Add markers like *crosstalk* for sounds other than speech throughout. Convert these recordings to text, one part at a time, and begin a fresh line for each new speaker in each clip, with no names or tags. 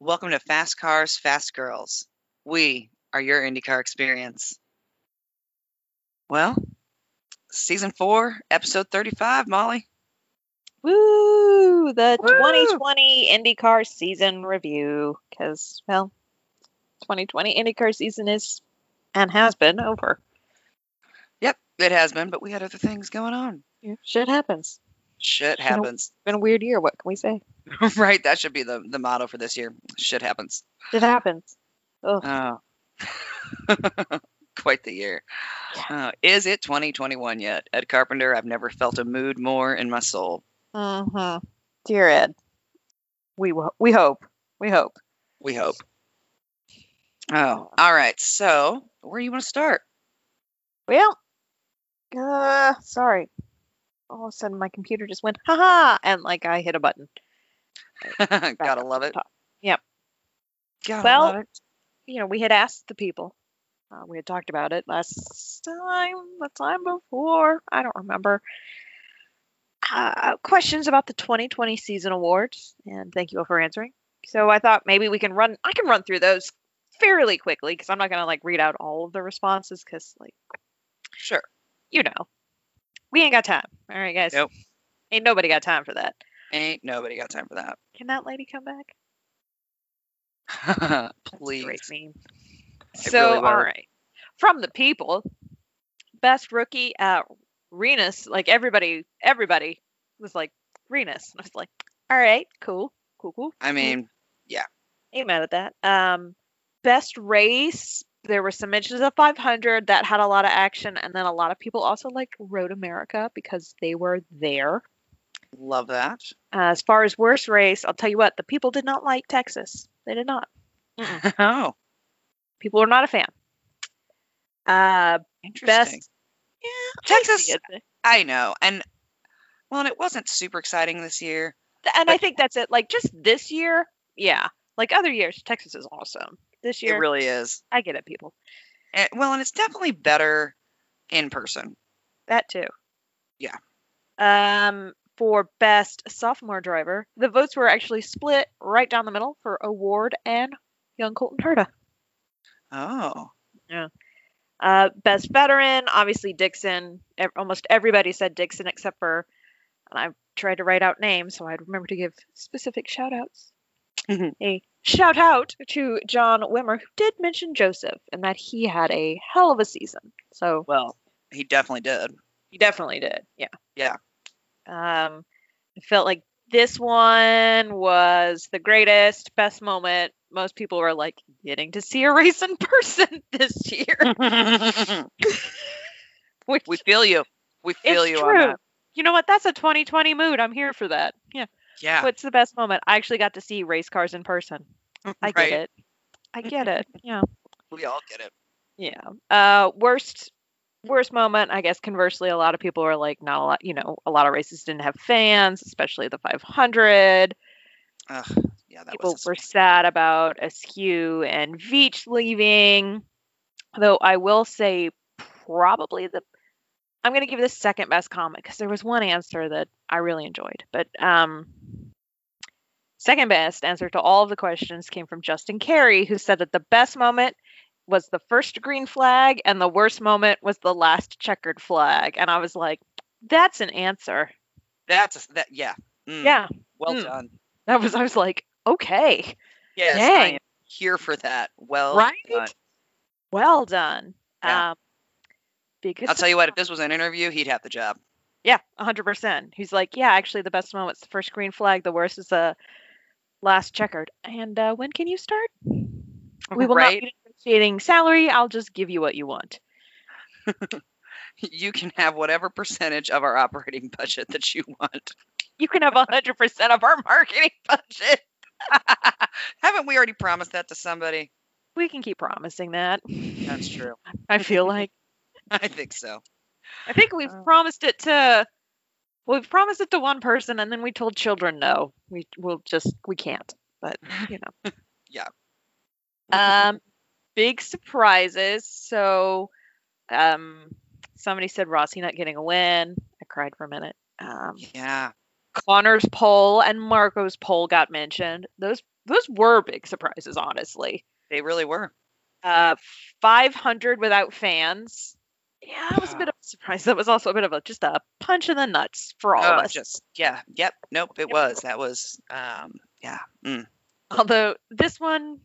Welcome to Fast Cars, Fast Girls. We are your IndyCar experience. Well, season four, episode 35, Molly.
Woo! The
Woo!
2020 IndyCar season review. Because, well, 2020 IndyCar season is and has been over.
Yep, it has been, but we had other things going on.
Shit happens.
Shit
You know-
happens. *laughs*
It's been a weird year. What can we say?
right? That should be the, the motto for this year. Shit happens.
It happens. Ugh.
Oh. *laughs* Quite the year. Oh, is it 2021 yet? Ed Carpenter, I've never felt a mood more in my soul.
hmm Dear Ed, we, wo- we hope. We hope.
We hope. Oh, all right. So, where do you want to start?
Well, uh, sorry. All of a sudden, my computer just went, haha, and like I hit a button.
*laughs* Gotta love it.
top. Yep.
Gotta
Well-
love it.
you know, we had asked the people. Uh, we had talked about it last time, the time before. I don't remember. Uh, questions about the 2020 season awards, and thank you all for answering. So I thought maybe we can run. I can run through those fairly quickly because I'm not going to like read out all of the responses because like
Sure.
you know, we ain't got time. All right, guys.
Nope.
Ain't nobody got time for that.
Ain't nobody got time for
Can that lady come back?
that.
That's a
Please.
Great meme.
It
So,
really was.
all right. From the people, best rookie, uh, Renus, like everybody, everybody was like, Renus. And I was like, all right, cool, cool, cool.
*laughs* I mean,
Ain't mad at that. Um, best race, there were some mentions of 500 that had a lot of action. And then a lot of people also like Road America because they were there.
love
*laughs*
that.
Uh, as far as worst race, I'll tell you what, the people did not like Texas. They did not.
oh,
people are not a fan. Uh,
interesting.
best yeah, I
Texas-
see it. Th-
I know. And, well, and it wasn't super exciting this year.
and I think that's it. Like just this year, yeah. Like other years, Texas is awesome. This year,
It really is.
I get it, people.
Eh, well, and it's definitely better in person.
That too.
Yeah.
Um, for best sophomore driver, the votes were actually split right down the middle for Award and Young Colton Herta.
Oh,
Uh, best veteran, obviously Dixon. Ev- almost everybody said Dixon except for, and I tried to write out names so I'd remember to give specific shout outs.
Mhm.
a shout out to John Wimmer, who did mention Joseph and that he had a hell of a season. So
well, he definitely
*laughs*
did.
he definitely did. Yeah.
Yeah.
Um, I felt like this one was the greatest, best moment. Most people were like getting to see a *laughs* race in person this year. Which
we feel you. We feel
it's
you
true.
on that.
You know what? That's a 2020 mood. I'm here for that. Yeah.
Yeah.
What's the best moment? I actually got to see race cars in person. I
right?
get it. I
*laughs*
get it. Yeah.
We all get it.
Yeah. Uh, worst worst moment, I guess. Conversely, a lot of people are like, not a lot. You know, a lot of races didn't have fans, especially the 500.
Ugh, yeah, that
people
was.
were sad about Askew and Veach leaving. Though I will say, probably the I'm going to give this second best comment because there was one answer that I really enjoyed. But um, second best answer to all of the questions came from Justin Carey, who said that the best moment was the first green flag and the worst moment was the last checkered flag. And I was like, that's an answer.
That's a, that. Yeah. Mm,
Yeah,
Well
mm.
done.
that was. I was like, okay.
Yes, I
Dang.
am here for that. Well,
right?
done.
Well done.
Yeah.
Um, because
I'll tell you what. If this was an interview, he'd have the job. *laughs*
yeah, hundred percent. He's like, yeah, actually, the best moment's the first green flag. The worst is the last checkered. And uh, when can you start? We will
right?
not be negotiating salary. I'll just give you what you want.
You can have whatever percentage of our operating *laughs* budget that you want. *laughs*
You can have hundred percent of our marketing *laughs* budget.
Haven't we already promised that to somebody?
We can keep promising that.
That's true.
I feel like
*laughs* I think so.
I think we've
Oh.
promised it to. well, We've promised it to one person, and then we told children no. We will just we can't. But you know. um big surprises so um somebody said rossi not getting a win i cried for a minute um
yeah.
connor's poll and marco's poll got mentioned those those were big surprises, honestly.
They really were.
Uh, 500 without fans. Yeah, that was a bit of a surprise. That was also a bit of a just a punch in the nuts for all
Oh,
of us.
just yeah, yep, nope. It was that was um *laughs* yeah. Mm.
Although this one,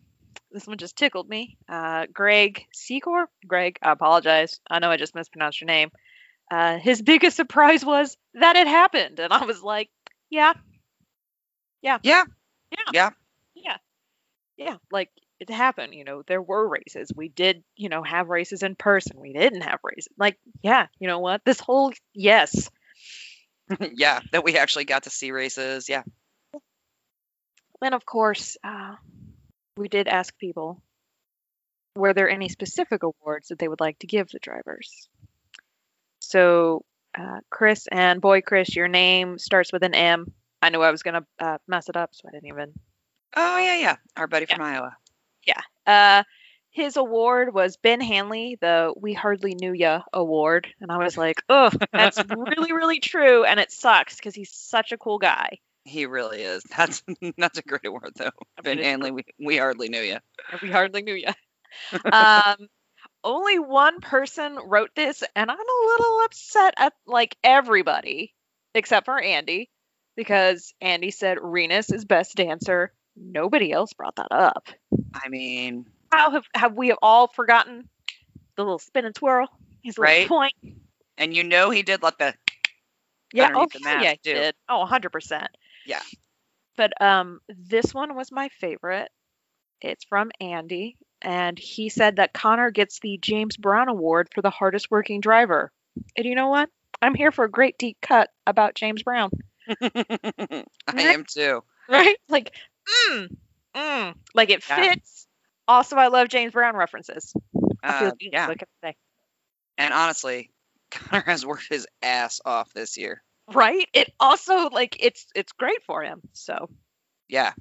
this one just tickled me. Uh, Greg Secor, Greg, I apologize. I know I just mispronounced your name. Uh, his biggest surprise was that it happened, and I was like, yeah,
Yeah,
yeah, yeah, like it happened. You know, there were races. We did, you know, have races in person. We didn't have races. Like, yeah, you know what? This whole yes,
yeah. That we actually got to see races. Yeah.
Then, of course, uh, we did ask people were there any specific awards that they would like to give the drivers? So, uh, Chris and boy, Chris, your name starts with an M. I knew I was going to uh, mess it up, so I didn't even.
Oh yeah, yeah. Our buddy from Iowa.
Uh, his award was Ben Hanley, the We Hardly Knew Ya award. And I was like, oh, that's really, really true. And it sucks because he's such a cool guy.
He really is. *laughs* That's that's a great award though. Ben
I'm pretty sure-
Hanley, we, we hardly knew you.
and we hardly knew you. um, only one person wrote this, and I'm a little upset at like everybody except for Andy because Andy said Renus is best dancer. Nobody else brought that up.
I mean,
How have have we all forgotten the little spin and twirl? His little
Right?
point.
and you know he did let the *laughs*
Yeah, oh,
underneath the
hell
mask,
yeah, he
too.
did. Oh, 100%.
Yeah.
But um this one was my favorite. It's from Andy and he said that Connor gets the James Brown award for the hardest working driver. And you know what? I'm here for a great deep cut about James Brown.
I
Right?
am too.
Right? *laughs* Like mm, mm, like it
Yeah.
fits. Also, I love James Brown references. I feel
Uh,
like that's
yeah.
what I can say.
And honestly, *laughs* Connor has worked his ass off this year.
Right? It also like it's it's great for him. So
Yeah.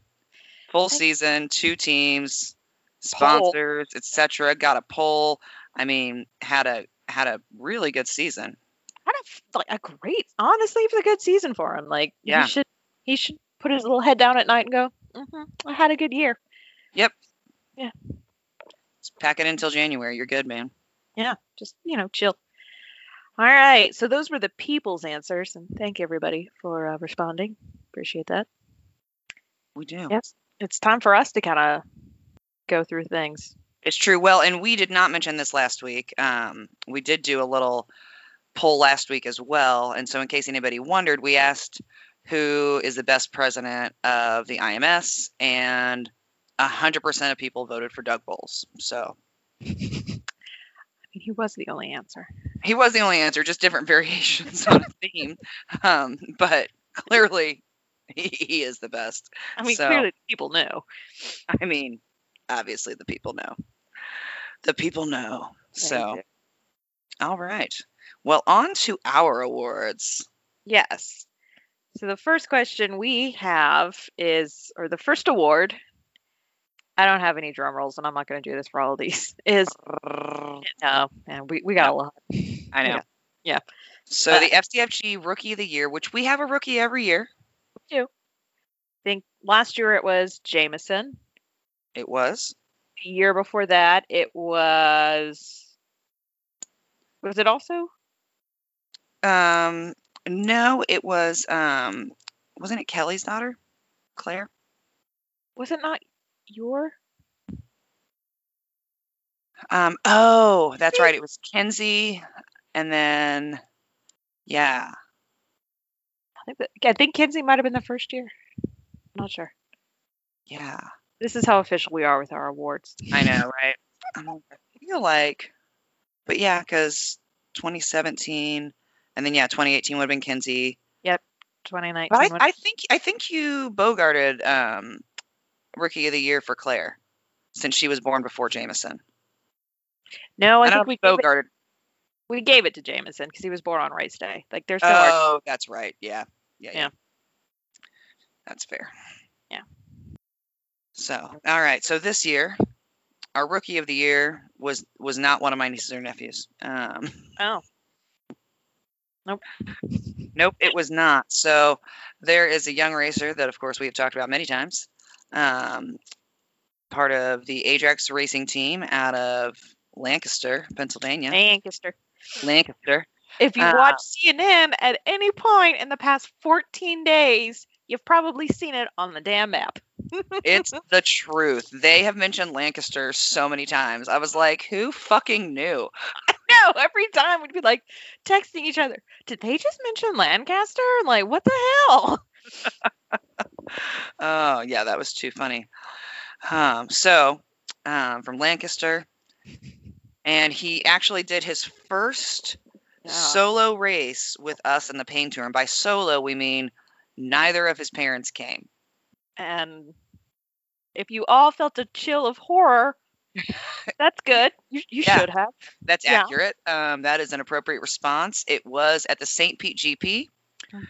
Full
I-
season, two teams,
Poll.
sponsors, etc. Got a poll. I mean, had a had a really good season.
kind of like a great honestly it was a good season for him like
Yeah.
he should he should put his little head down at night and go hmm i had a good year
Just pack it in until January. You're good, man.
just you know chill all right so those were the people's answers and thank everybody for uh, responding appreciate that
We do.
Yeah. it's time for us to kind of go through things
It's true. Well, and we did not mention this last week. Um, we did do a little poll last week as well. And so, in case anybody wondered, we asked who is the best president of the IMS, and 100% of people voted for Doug Bowles. So
i mean he was the only answer
he was the only answer, just different *laughs* variations on a theme. Um, but clearly, he, he is the best.
i mean
So-
clearly people knew
I mean, obviously, the people know. The people know. So. All right. Well, on to our awards.
Yes. So the first question we have is, or the first award, I don't have any drum rolls, and I'm not going to do this for all of these. *laughs* Is
I
no, man, we we got a lot. know. Yeah.
So
Uh,
the FCFG Rookie of the Year, which we have a rookie every year.
I think last year it was Jameson.
It was.
The year before that it was. Was it also?
Um, no, it was. Um, wasn't it Kelly's daughter, Claire?
Was it not your?
Um, oh, that's right. It was Kenzie, and then yeah,
I think that, I think Kinsey might have been the first year. I'm not sure.
yeah.
This is how official we are with our awards.
I
*laughs*
know, right? I'm like, I feel like, but yeah, because 2017, and then yeah, 2018 would have been Kinsey.
2019.
But
was-
I, I think I think you bogarted um, rookie of the year for Claire, since she was born before Jameson.
no, I,
I
think
don't
we gave it-
bogarted.
we gave it to Jameson because he was born on race day. Like there's no argument.
Oh, that's right. Yeah. yeah, yeah,
Yeah.
That's fair.
Yeah.
So, all right. So this year, our rookie of the year was was not one of my nieces or nephews. Um,
Oh,
Nope, it was not. So there is a young racer that, of course, we have talked about many times, um, part of the Ajax racing team out of Lancaster, Pennsylvania.
Lancaster.
Lancaster.
If Um, you
Uh,
watch CNN at any point in the past 14 days, you've probably seen it on the damn map. *laughs*
It's the truth. They have mentioned Lancaster so many times. I was like, who fucking knew?
No, every time we'd be like texting each other. Did they just mention Lancaster? Like, what the
*laughs*
hell?
Oh, yeah, that was too funny. Um, so, um, from Lancaster. And he actually did his first solo race with us in the pain tour. And by solo, we mean neither of his parents came.
and if you all felt a chill
*laughs*
of horror, that's good. You, you
Yeah.
should have. *laughs*
That's
Yeah.
accurate. Um, that is an appropriate response. It was at the St. Pete GP.
Mhm.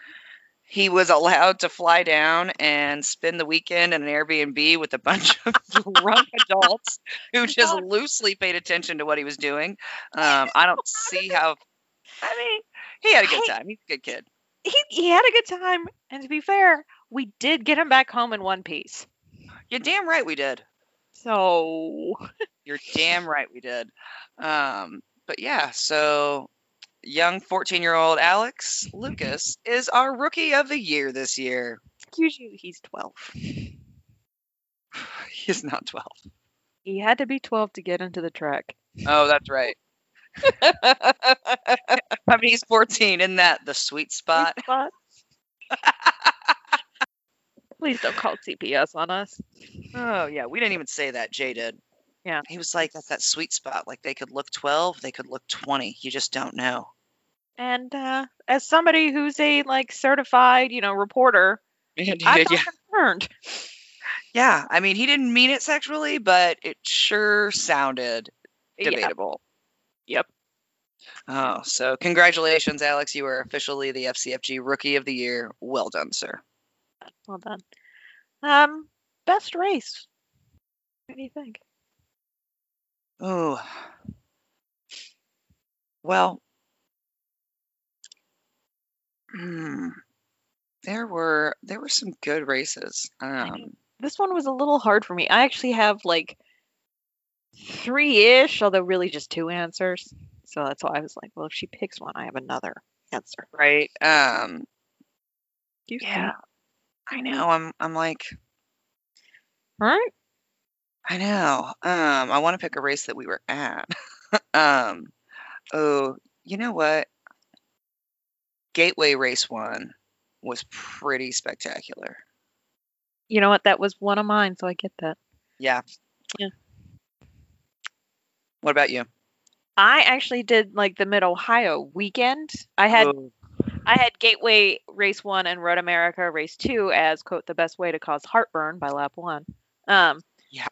He was allowed to fly down and spend the weekend in an Airbnb with a bunch of *laughs* drunk adults who
*laughs*
just
God.
loosely paid attention to what he was doing. Um, I
*laughs*
don't see how. I mean, he had a good
Hey.
time. He's a good kid.
He, he had a good time. And to be fair, we did get him back home in one piece.
You're damn right we did.
So,
You're damn right we did. Um, but yeah, so young 14 year old Alex Lucas is our rookie of the year this year. *sighs*
excuse you, he's 12.
He's not 12.
He had to be 12 to get into the track.
Oh, that's *laughs* right. I mean, he's 14. Isn't that the sweet spot?
But- *laughs* Please don't call CPS on us.
Oh, *laughs* yeah. We didn't even say that. Jay did.
Yeah.
He was like, that's that sweet spot. Like, they could look 12, they could look 20. You just don't know.
And uh, as somebody who's a like certified, you know,
*laughs*
reporter, I'm
*laughs*
not
yeah.
concerned.
yeah. I mean, he didn't mean it sexually, but it sure sounded
Yeah.
debatable.
Yep.
Oh, so congratulations, Alex. You are officially the FCFG Rookie of the Year. Well done, sir.
Well done. Um, best race. What do you think?
Oh. Well, hmm, there were there were some good races.
know.
Um,
This one was a little hard for me. I actually have like three-ish, although really just two answers. So that's why I was like, well, if she picks one, I have another answer.
right. Um,
You see?
yeah, I know. I'm I'm like
All right.
I know. Um, I want to pick a race that we were at. *laughs* um, oh, you know what? Gateway race one was pretty spectacular.
You know what? That was one of mine, so I get that.
Yeah.
Yeah.
What about you?
I actually did like the Mid Ohio weekend. I had
Oh,
I had Gateway Race One and Road America Race Two as quote the best way to cause heartburn by lap one. Um,
Yeah.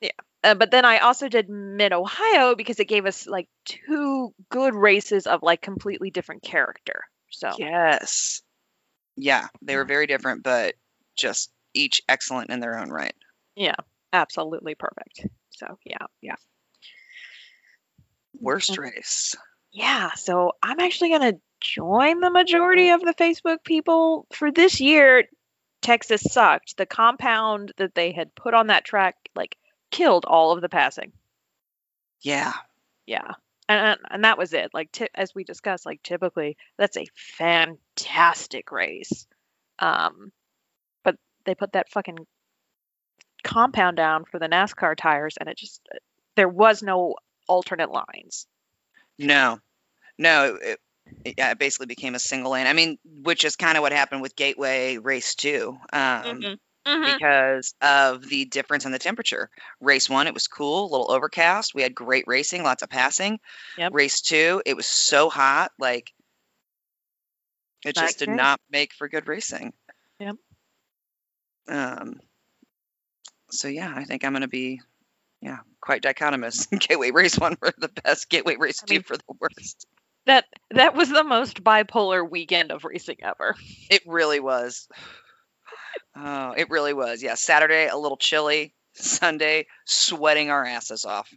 yeah. Uh, but then I also did Mid Ohio because it gave us like two good races of like completely different character. So
Yes. Yeah, they were very different, but just each excellent in their own right.
absolutely perfect. So yeah,
Worst
Mhm.
race.
yeah. So I'm actually gonna join the majority of the Facebook people for this year. Texas sucked. The compound that they had put on that track like killed all of the passing.
Yeah.
yeah and, and and that was it like ty- as we discussed like typically that's a fantastic race um but they put that fucking compound down for the nascar tires and it just uh, there was no alternate lines
No. No, it, it, yeah, it basically became a single lane. I mean, which is kind of what happened with Gateway Race 2. Um, mm-hmm.
Mm-hmm.
Because of the difference in the temperature. Race one, it was cool, a little overcast. We had great racing, lots of passing.
Yep.
Race two, it was so hot, like it
Not
just did
great.
not make for good racing.
Yep.
Um. So yeah, I think I'm gonna be, yeah, quite dichotomous. *laughs* Gateway race one for the best, gateway race
I mean-
two for the worst.
that that was the most bipolar weekend of racing ever
It really was. *sighs* Oh, it really was. Yeah, Saturday a little chilly, Sunday sweating our asses off.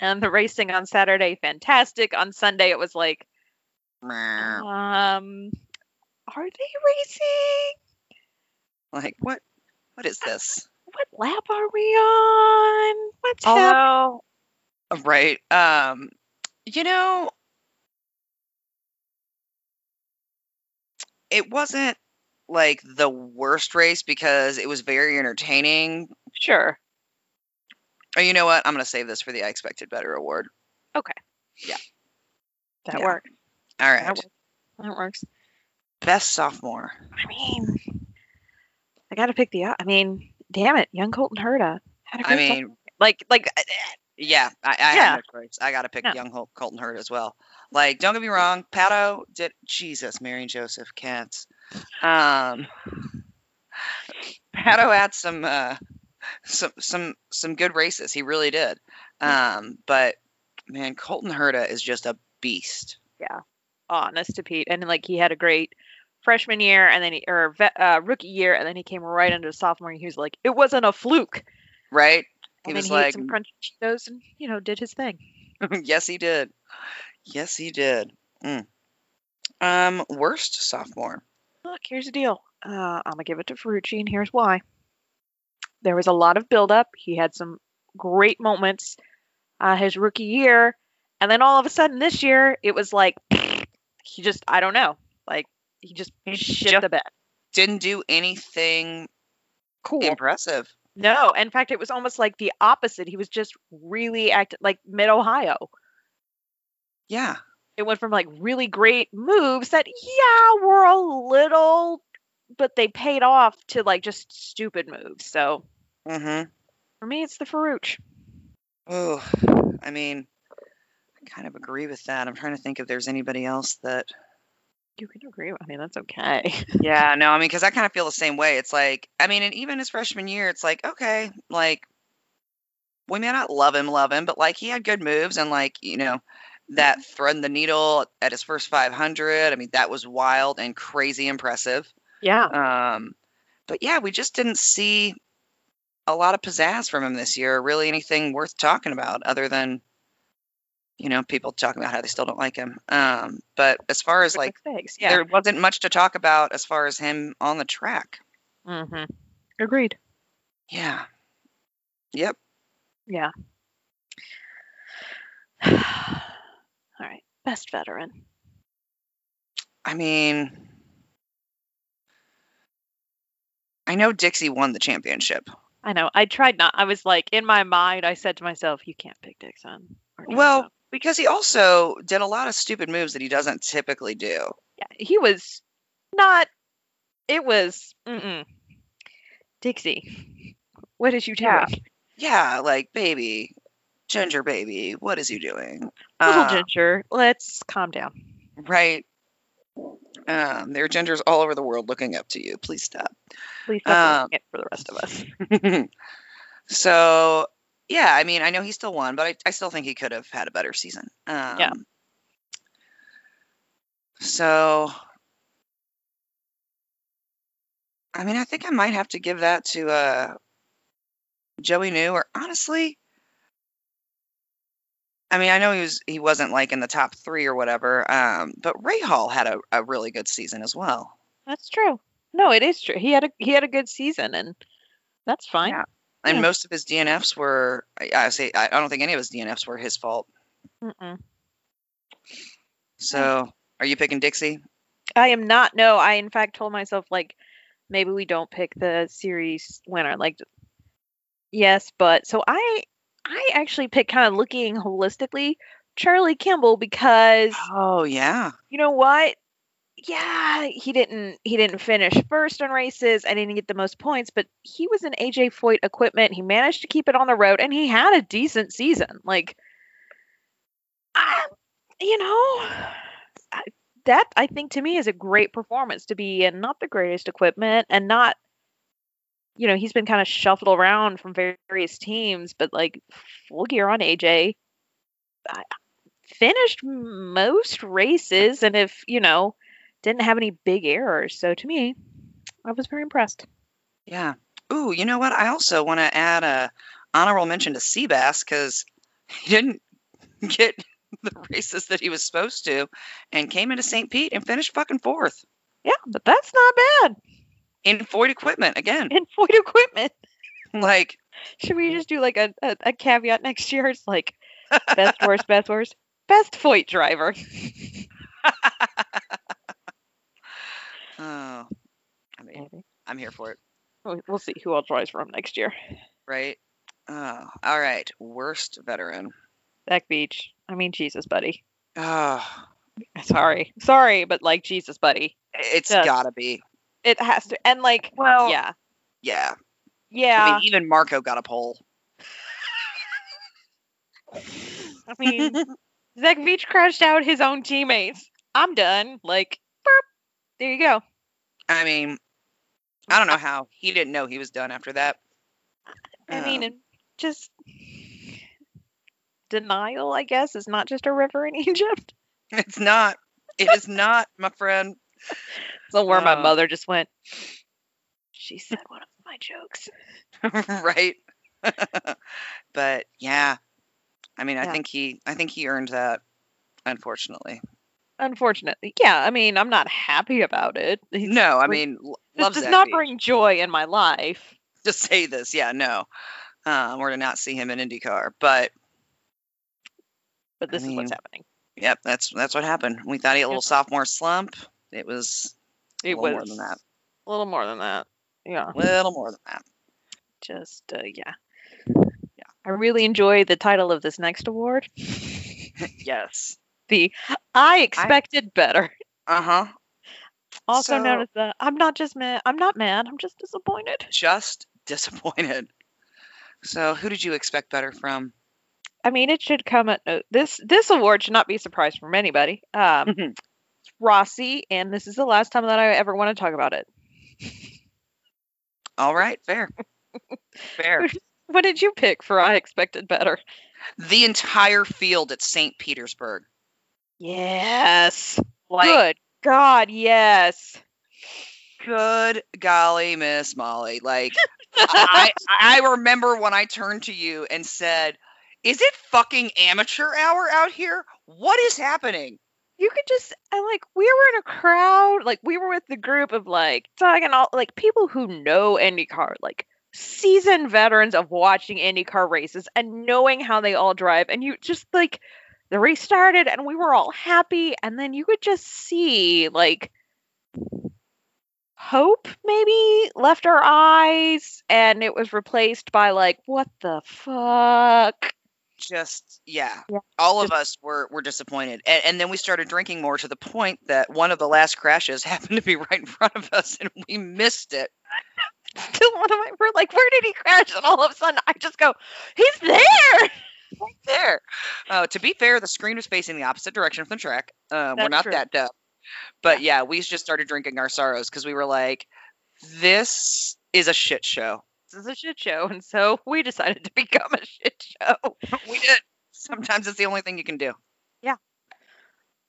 and the racing on saturday fantastic on sunday it was like
Meow.
um are they racing
like what what is this
what lap are we on? What's happening?
Although, right. Um, you know, it wasn't like the worst race because it was very entertaining.
Sure.
Or you know what? I'm going to save this for the I Expected Better award.
That
Yeah.
worked.
All
That
right.
works. That works.
Best sophomore.
I mean, I got to pick the. I mean, damn it, young Colton Herta. Had a
I
great
mean,
like, like uh,
yeah, I, I
Yeah.
have no choice. I got to pick
No.
young Hol- Colton Hurd as well. Like, don't get me wrong, Pato did Jesus, Mary and Joseph Kent. Um, Pato had some uh, some some some good races. He really did. Um, but man, Colton Herta is just a beast.
honest to Pete, and like he had a great freshman year, and then he or ve- uh, rookie year, and then he came right into sophomore. And he was like, it wasn't a fluke.
Right? He
And then
was
he
like-
ate some crunchy Cheetos and you know did his thing.
*laughs* yes, he did. Yes, he did. Mm. Um, worst sophomore.
Look, here's the deal. Uh, I'm gonna give it to Ferrucci, and here's why. There was a lot of buildup. He had some great moments uh, his rookie year, and then all of a sudden this year, it was like *sniffs* he just I don't know, like he just
He
shit
just-
the bed.
Didn't do anything
Cool.
impressive.
No, in fact, it was almost like the opposite. He was just really active, like mid Ohio.
Yeah.
It went from like really great moves that yeah were a little, but they paid off to like just stupid moves. So
Mm-hmm.
for me, it's the Farouche.
Oh, I mean, I kind of agree with that. I'm trying to think if there's anybody else that.
You can agree. with- I mean, that's okay. *laughs*
Yeah, no, I mean, because I kind of feel the same way. It's like, I mean, and even his freshman year, it's like, okay, like, we may not love him, love him, but like, he had good moves and like, you know, that thread the needle at his first 500. I mean, that was wild and crazy impressive.
Yeah.
Um, but yeah, we just didn't see a lot of pizzazz from him this year, or really anything worth talking about other than, you know, people talking about how they still don't like him. Um, but as far as like,
Thanks. Yeah.
there wasn't much to talk about as far as him on the track.
hmm Agreed.
Yeah. Yep.
Yeah. *sighs* All right. Best veteran.
I mean, I know Dixie won the championship.
I know. I tried not. I was like in my mind. I said to myself, "You can't pick Dixon." or
Well,
Johnson."
Because he also did a lot of stupid moves that he doesn't typically do.
yeah, he was not. It was mm-mm. Dixie. What is you doing?
Yeah. yeah, like baby, ginger baby, what is he doing?
Little
Uh,
ginger. Let's calm down.
right. Um, there are gingers all over the world looking up to you. Please stop.
Please stop
um,
doing it for the rest of us.
*laughs* so, yeah, I mean, I know he still won, but I, I still think he could have had a better season. Um,
Yeah.
So, I mean, I think I might have to give that to uh, Joey New, or honestly, I mean, I know he was he wasn't like in the top three or whatever, um, but Ray Hall had a, a really good season as well.
That's true. No, it is true. He had a he had a good season, and that's fine.
Yeah. And
Yeah.
most of his DNFs were, I, I say, I I don't think any of his DNFs were his fault.
Mm-mm.
So, are you picking Dixie?
I am not. No, I in fact told myself like maybe we don't pick the series winner. Like yes, but so I I actually picked kind of looking holistically Charlie Kimball because
Oh yeah,
you know what? Yeah, he didn't he didn't finish first on races. I didn't get the most points, but he was in AJ Foyt equipment. He managed to keep it on the road and he had a decent season. Like I, you know, I, that I think to me is a great performance to be in not the greatest equipment and not you know, he's been kind of shuffled around from various teams, but like full gear on AJ finished most races and if you know didn't have any big errors so to me i was very impressed
yeah. Ooh, you know what? I also want to add a honorable mention to Seabass because he didn't *laughs* get the races that he was supposed to, and came into St. Pete and finished fucking fourth
yeah but that's not bad *laughs*
*laughs* in Ford equipment again.
in Foyt equipment
Like,
Should we just do like a, a, a caveat next year? It's like
*laughs*
best worst, best worst, best Foyt driver. *laughs*
oh, I mean,
Maybe.
I'm here for it,
We- We'll see who I'll drive from next year.
right? Oh, all right. Worst veteran.
Back Beach. I mean, Jesus, buddy.
Oh,
Sorry, sorry, but like Jesus, buddy.
it's
Yes.
gotta be.
It has to. And like,
Well,
yeah,
yeah. I
yeah.
mean, even Marco got a poll.
I mean, Zach Beach crashed out his own teammates. I'm done. Like, burp. There you go.
I mean, I don't know how he didn't know he was done after that.
I mean,
Um,
and just denial, I guess, is not just a river in *laughs* Egypt.
*laughs* it's not. It is not, my friend. *laughs*
So where my
Uh.
mother just went. She said one of my jokes.
right? *laughs* but yeah, I mean, I
Yeah.
think he, I think he earned that. Unfortunately,
Unfortunately, yeah. I mean, I'm not happy about it. He's-
no. I
Re-
mean, l-
This
love
does
Zach
not
Beach.
bring joy in my life.
to say this. Yeah, no, um, or to not see him in IndyCar. But
But
I
this is
mean,
what's happening.
yep, that's that's what happened. We thought he had a
Yeah.
little sophomore slump. It was
It
little
was
more than that.
A little more than that. Yeah.
a little more than that.
Just uh, yeah. Yeah. I really enjoy the title of this next award.
Yes.
The I expected better.
Uh huh.
Also known
So-
as the I'm not just mad. I'm not mad. I'm just disappointed.
Just disappointed. So, who did you expect better from?
I mean, it should come at uh, this. This award should not be a surprise from anybody.
Hmm.
Um, Rossi, and this is the last time that I ever want to talk about it.
All right, fair. Fair.
What did you pick for I expected better?
the entire field at St. Petersburg.
Yes.
Like,
Good God, yes.
good golly, Miss Molly. Like, I, I remember when I turned to you and said, Is it fucking amateur hour out here? What is happening?
you could just I like we were in a crowd, like we were with the group of like Doug and all like people who know IndyCar, like seasoned veterans of watching IndyCar races and knowing how they all drive, and you just like the race started and we were all happy, and then you could just see like hope maybe left our eyes and it was replaced by like what the fuck
Just, yeah.
Yeah,
All of
just-
us were, were disappointed. And, and then we started drinking more to the point that one of the last crashes *laughs* happened to be right in front of us and we missed it.
*laughs* still one of my we're like where did he crash and all of a sudden i just go he's there
Right there. Uh, to be fair, the screen was facing the opposite direction from the track. Um, we're
That's
not
true.
that dumb. But yeah, we just started drinking our sorrows because we were like, this is a shit show. *laughs*
this is a shit show and so we decided to become a shit show
we did. Sometimes it's the only thing you can do.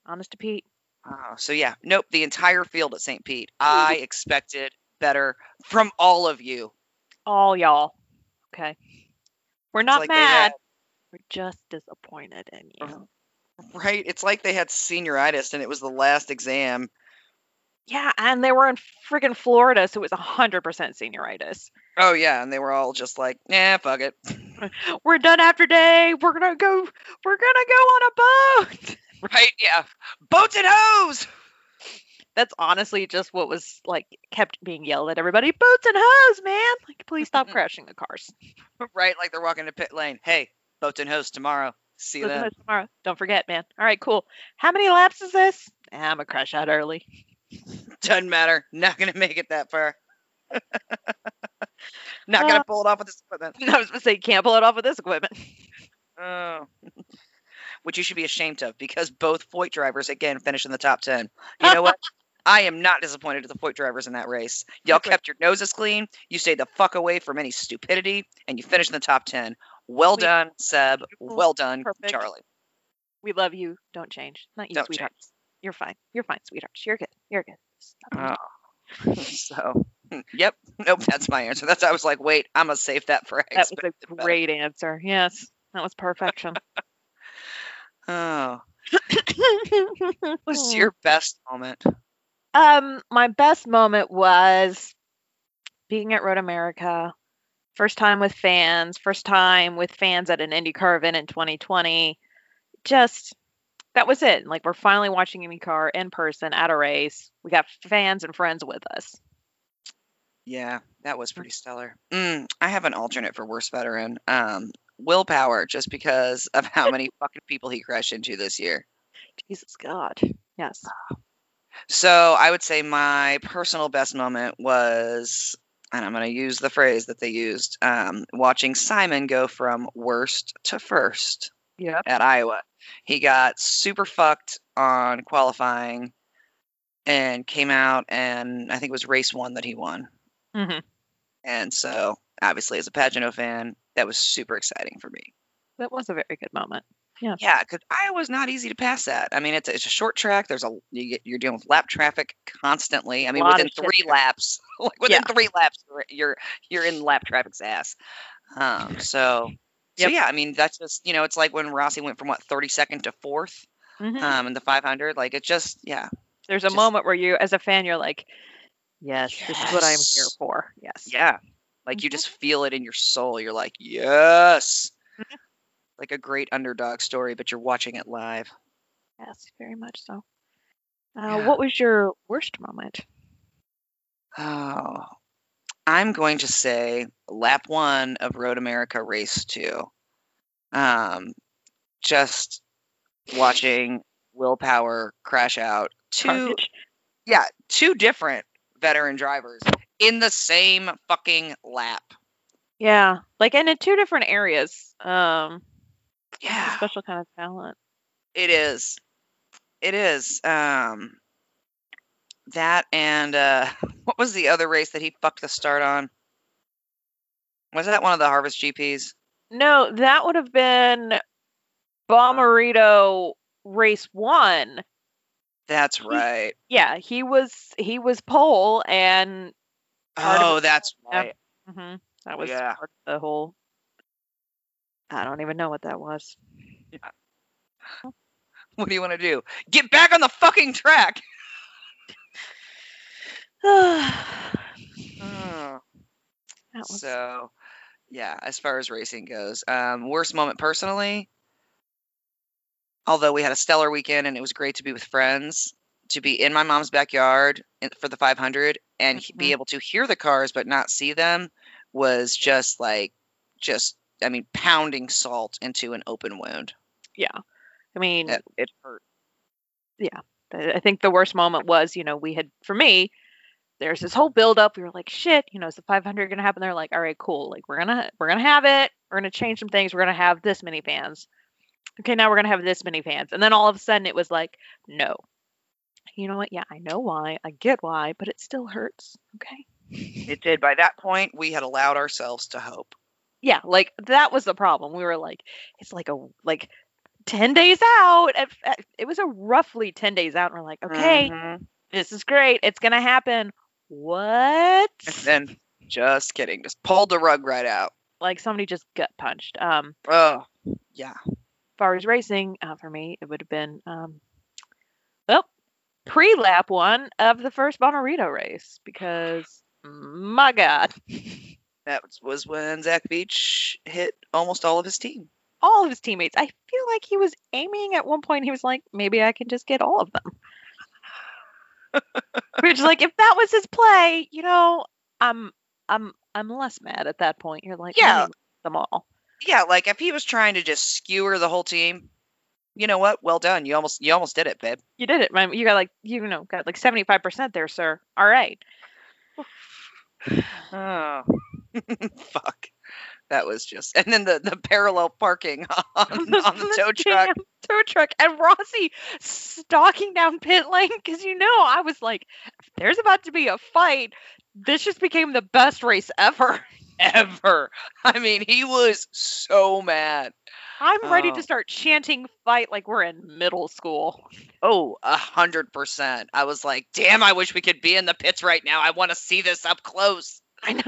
honest to pete
Oh, so yeah, nope. The entire field at St.
*laughs*
Pete. I expected better from all of you.
all y'all okay we're not
like they
mad we're just disappointed in you
Mhm. Right? It's like they had senioritis and it was the last exam.
yeah and they were in freaking florida so it was 100% senioritis
Oh yeah, and they were all just like, nah, fuck it. *laughs*
we're done after day we're gonna go we're gonna go on a boat
Right? Yeah. Boats and hose.
that's honestly just what was like kept being yelled at everybody boats and hose man like
*laughs*
please stop crashing the cars
*laughs* Right? Like they're walking to pit lane. Hey, boats and hose tomorrow. See you
Boats and
then.
hose tomorrow don't forget man all right cool how many laps is this Ah, i'm gonna crash out early *laughs*
Doesn't matter. Not gonna make it that far. *laughs* Not
Uh,
gonna pull it off with this equipment.
I was gonna say, you can't pull it off with this equipment. *laughs*
Oh. Which you should be ashamed of because both Foyt drivers again finished in the top ten. You
*laughs*
know what? I am not disappointed at the Foyt drivers in that race. Y'all
Exactly.
kept your noses clean. You stayed the fuck away from any stupidity, and you finished in the top ten. Well
We-
done, Seb. Well done,
Perfect.
Charlie. *laughs*
We love you. Don't change. Not you,
Don't
sweethearts. You're fine. You're fine, sweethearts. You're good. You're good. Stop.
Oh. so, *laughs* yep. Nope. That's my answer. That's I was like, wait, I'm gonna save that for. I
that was
expected
a
better.
great answer. Yes, that was
*laughs*
perfection.
Oh,
*laughs*
was Oh, your best moment?
um, my best moment was being at Road America, First time with fans, first time with fans at an IndyCar event in 2020. Just that was it. Like we're finally watching IndyCar in person at a race. We got fans and friends with us.
Yeah, that was pretty stellar. Mm, I have an alternate for worst veteran. Um, willpower, just because of how many fucking people he crashed into this year.
Jesus God. Yes.
So I would say my personal best moment was, and I'm going to use the phrase that they used, um, watching Simon go from worst to first
Yep.
at Iowa. He got super fucked on qualifying and came out, and I think it was race one that he won.
Mm-hmm.
And so, obviously, as a Pagano fan, that was super exciting for me.
That was a very good moment.
Yeah, because Iowa's not easy to pass that. I mean, it's a, it's a short track. There's a you get, you're dealing with lap traffic constantly. I mean,
Lot of
within
shit
three
there.
laps, *laughs* like within three laps, you're, you're you're in lap traffic's ass. Um, so so
Yep.
yeah, I mean, that's just you know, it's like when Rossi went from what 32nd to fourth
Mhm.
um in the 500. Like it just yeah
There's a
just-
moment where you, as a fan, you're like, yes, this is what I'm here
Yes.
for. Yes.
yeah, like you
Mhm.
just feel it in your soul. You're like yes, like a great underdog story, but you're watching it live.
Yes, very much so. Uh,
Yeah.
What was your worst moment?
Oh, I'm going to say lap one of Road America race two. Um, just watching willpower crash out two,
Carnage?
yeah, two different veteran drivers in the same fucking lap.
Yeah, like and in two different areas.
*sighs*
Um, it's a
Yeah,
special kind of talent.
it is. It is. Um, that and uh, *laughs* what was the other race that he fucked the start on? Was that one of the Harvest GPs?
No, that would have been Bomarito race one.
That's right.
Yeah, he was he was pole, and part of
Oh,
it.
that's
Yeah.
right. *laughs*
mhm, that was
Yeah.
part of the whole. I don't even know what that was. *sighs*
What do you want to do? Get back on the fucking track.
that was
so, yeah, as far as racing goes, um, worst moment personally. Although we had a stellar weekend and it was great to be with friends, to be in my mom's backyard in- for the 500 and he-
Mhm.
be able to hear the cars but not see them was just like, just I mean, pounding salt into an open wound.
yeah. I mean,
It, it hurt.
I I think the worst moment was, you know, we had for me, there's this whole build up. We were like, shit, you know, is the 500 gonna happen? They're like, all right, cool. Like we're gonna we're gonna have it. We're gonna change some things. We're gonna have this many fans. Okay, now we're gonna have this many fans. And then all of a sudden, it was like, no. You know what? Yeah, I know why. I get why, but it still hurts. Okay.
It did. By that point, we had allowed ourselves to hope.
Yeah, like that was the problem. We were like, it's like a like. 10 days out at, at- it was a roughly 10 days out and we're like okay
Mhm.
this is great. It's going to happen. What?
And then, just kidding, just pulled the rug right out.
like somebody just gut punched. Um,
Oh, yeah.
as far as racing, uh, for me, it would have been, um, well, pre lap one of the first Bomarito race because my God,
That was- was when Zach Beach hit almost all of his team.
all of his teammates, I feel like he was aiming at one point, he was like, maybe I can just get all of them.
*laughs*
Which, like, if that was his play, you know, I'm, I'm, I'm less mad at that point. You're like, let
Yeah.
me them all.
Yeah, like if he was trying to just skewer the whole team, you know what? Well done. You almost you almost did it, babe.
you did it. man. You got like you know got like seventy five percent there, sir. All right.
Oh. *sighs* Fuck. That was just and then the, the parallel parking *laughs* *laughs* on, on
*laughs*
the tow *laughs* truck.
damn tow truck, and Rossi stalking down pit lane because you know I was like, if there's about to be a fight. This just became the best race ever.
Ever. I mean, he was so mad.
I'm ready
Oh.
to start chanting "fight" like we're in middle school. *laughs*
Oh, a hundred percent. I was like, damn, I wish we could be in the pits right now. I want to see this up close.
I know.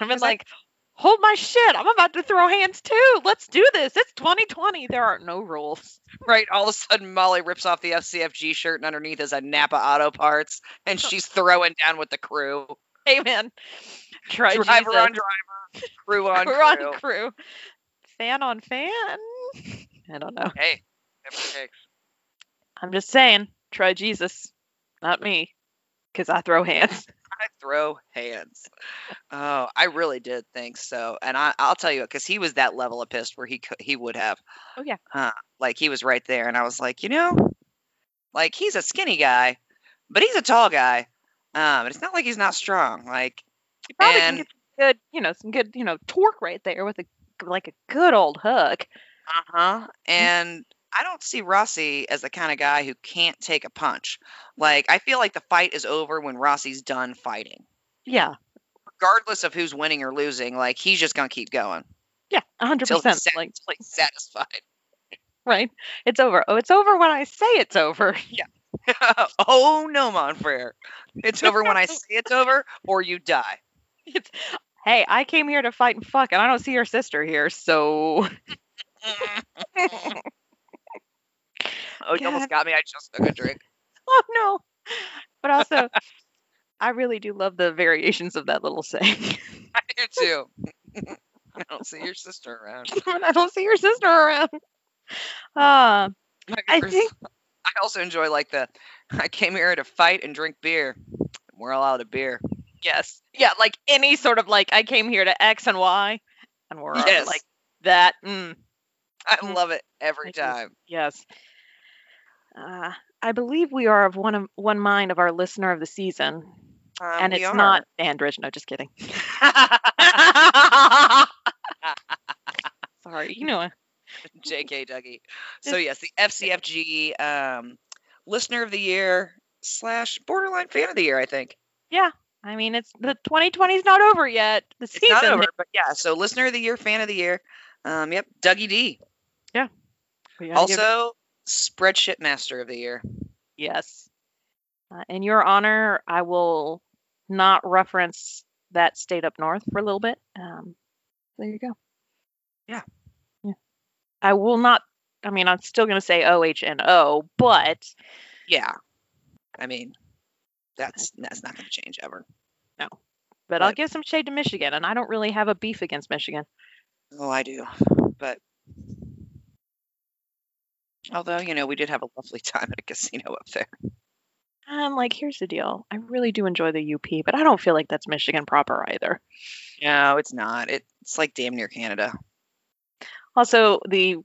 I've been
It's like-
like, hold my shit. I'm about to throw hands too. Let's do this. It's 2020. There are no rules. *laughs*
Right. All of a sudden, Molly rips off the FCFG shirt, and
Oh.
underneath is a Napa Auto Parts, and she's throwing down with the crew.
Amen. Try
driver
Jesus.
on driver,
*laughs*
crew on
Crew
crew.
on crew. Fan on fan. I don't know.
Hey, whatever it takes.
I'm just saying, try Jesus, not me, because I throw hands.
I throw hands. Oh, I really did think so, and I, I'll tell you because he was that level of pissed where he could, he would have.
Oh, yeah.
Huh. Like he was right there, and I was like, you know, like he's a skinny guy, but he's a tall guy. Um, and it's not like he's not strong. Like,
*laughs* You probably
And-
can get some good, you know, some good, you know, torque right there with a like a good old hook.
uh huh. And I don't see Rossi as the kind of guy who can't take a punch. Like, I feel like the fight is over when Rossi's done fighting,
Yeah,
regardless of who's winning or losing. Like, he's just gonna keep going *laughs*
yeah, a hundred
until
percent.
he's sat-
Like,
like satisfied. *laughs*
right? It's over. Oh, it's over when I say it's over. *laughs*
oh no, Monfrere. It's over when *laughs* I say it's over, or you die.
It's, hey, I came here to fight and fuck, and I don't see your sister here, so
*laughs*
*laughs*
oh, you almost got me. I just took a drink. *laughs*
oh no. But also, I really do love the variations of that little saying. *laughs*
I do too. *laughs* I don't see your sister around.
when I don't see your sister around. Uh,
Like,
I
there's-
think
I also enjoy like the. I came here to fight and drink beer. We're all out of beer.
yes, yeah, like any sort of like I came here to X and Y, and we're all
Yes.
like that. Mm,
I
Mm.
love it every
It is.
time.
yes. Uh, I believe we are of one of one mind of our listener of the season,
Um,
and
we
it's
are.
not Andridge. No, just kidding. *laughs*
*laughs*
Sorry, you know. I-
J.K. Dougie. So yes, the FCFG um, listener of the year slash borderline fan of the year, I think.
I mean, it's the 2020 is not over yet. The
It's
season,
not over, but yeah. So listener of the year, fan of the year. Um, yep, Dougie D.
we gotta give-
Also, spreadsheet master of the year.
yes. Uh, in your honor, I will not reference that state up north for a little bit. Um, there you go.
Yeah.
Yeah. I will not. I mean, I'm still going to say O H N O, but
Yeah, I mean, that's that's not going to change ever.
but I'll
Right.
give some shade to Michigan, and I don't really have a beef against Michigan.
Oh, I do, but although you know we did have a lovely *laughs* time at a casino up there.
And Um, like, here's the deal: I really do enjoy the UP, but I don't feel like that's Michigan proper either.
No, it's not. It, it's like damn near Canada.
Also, the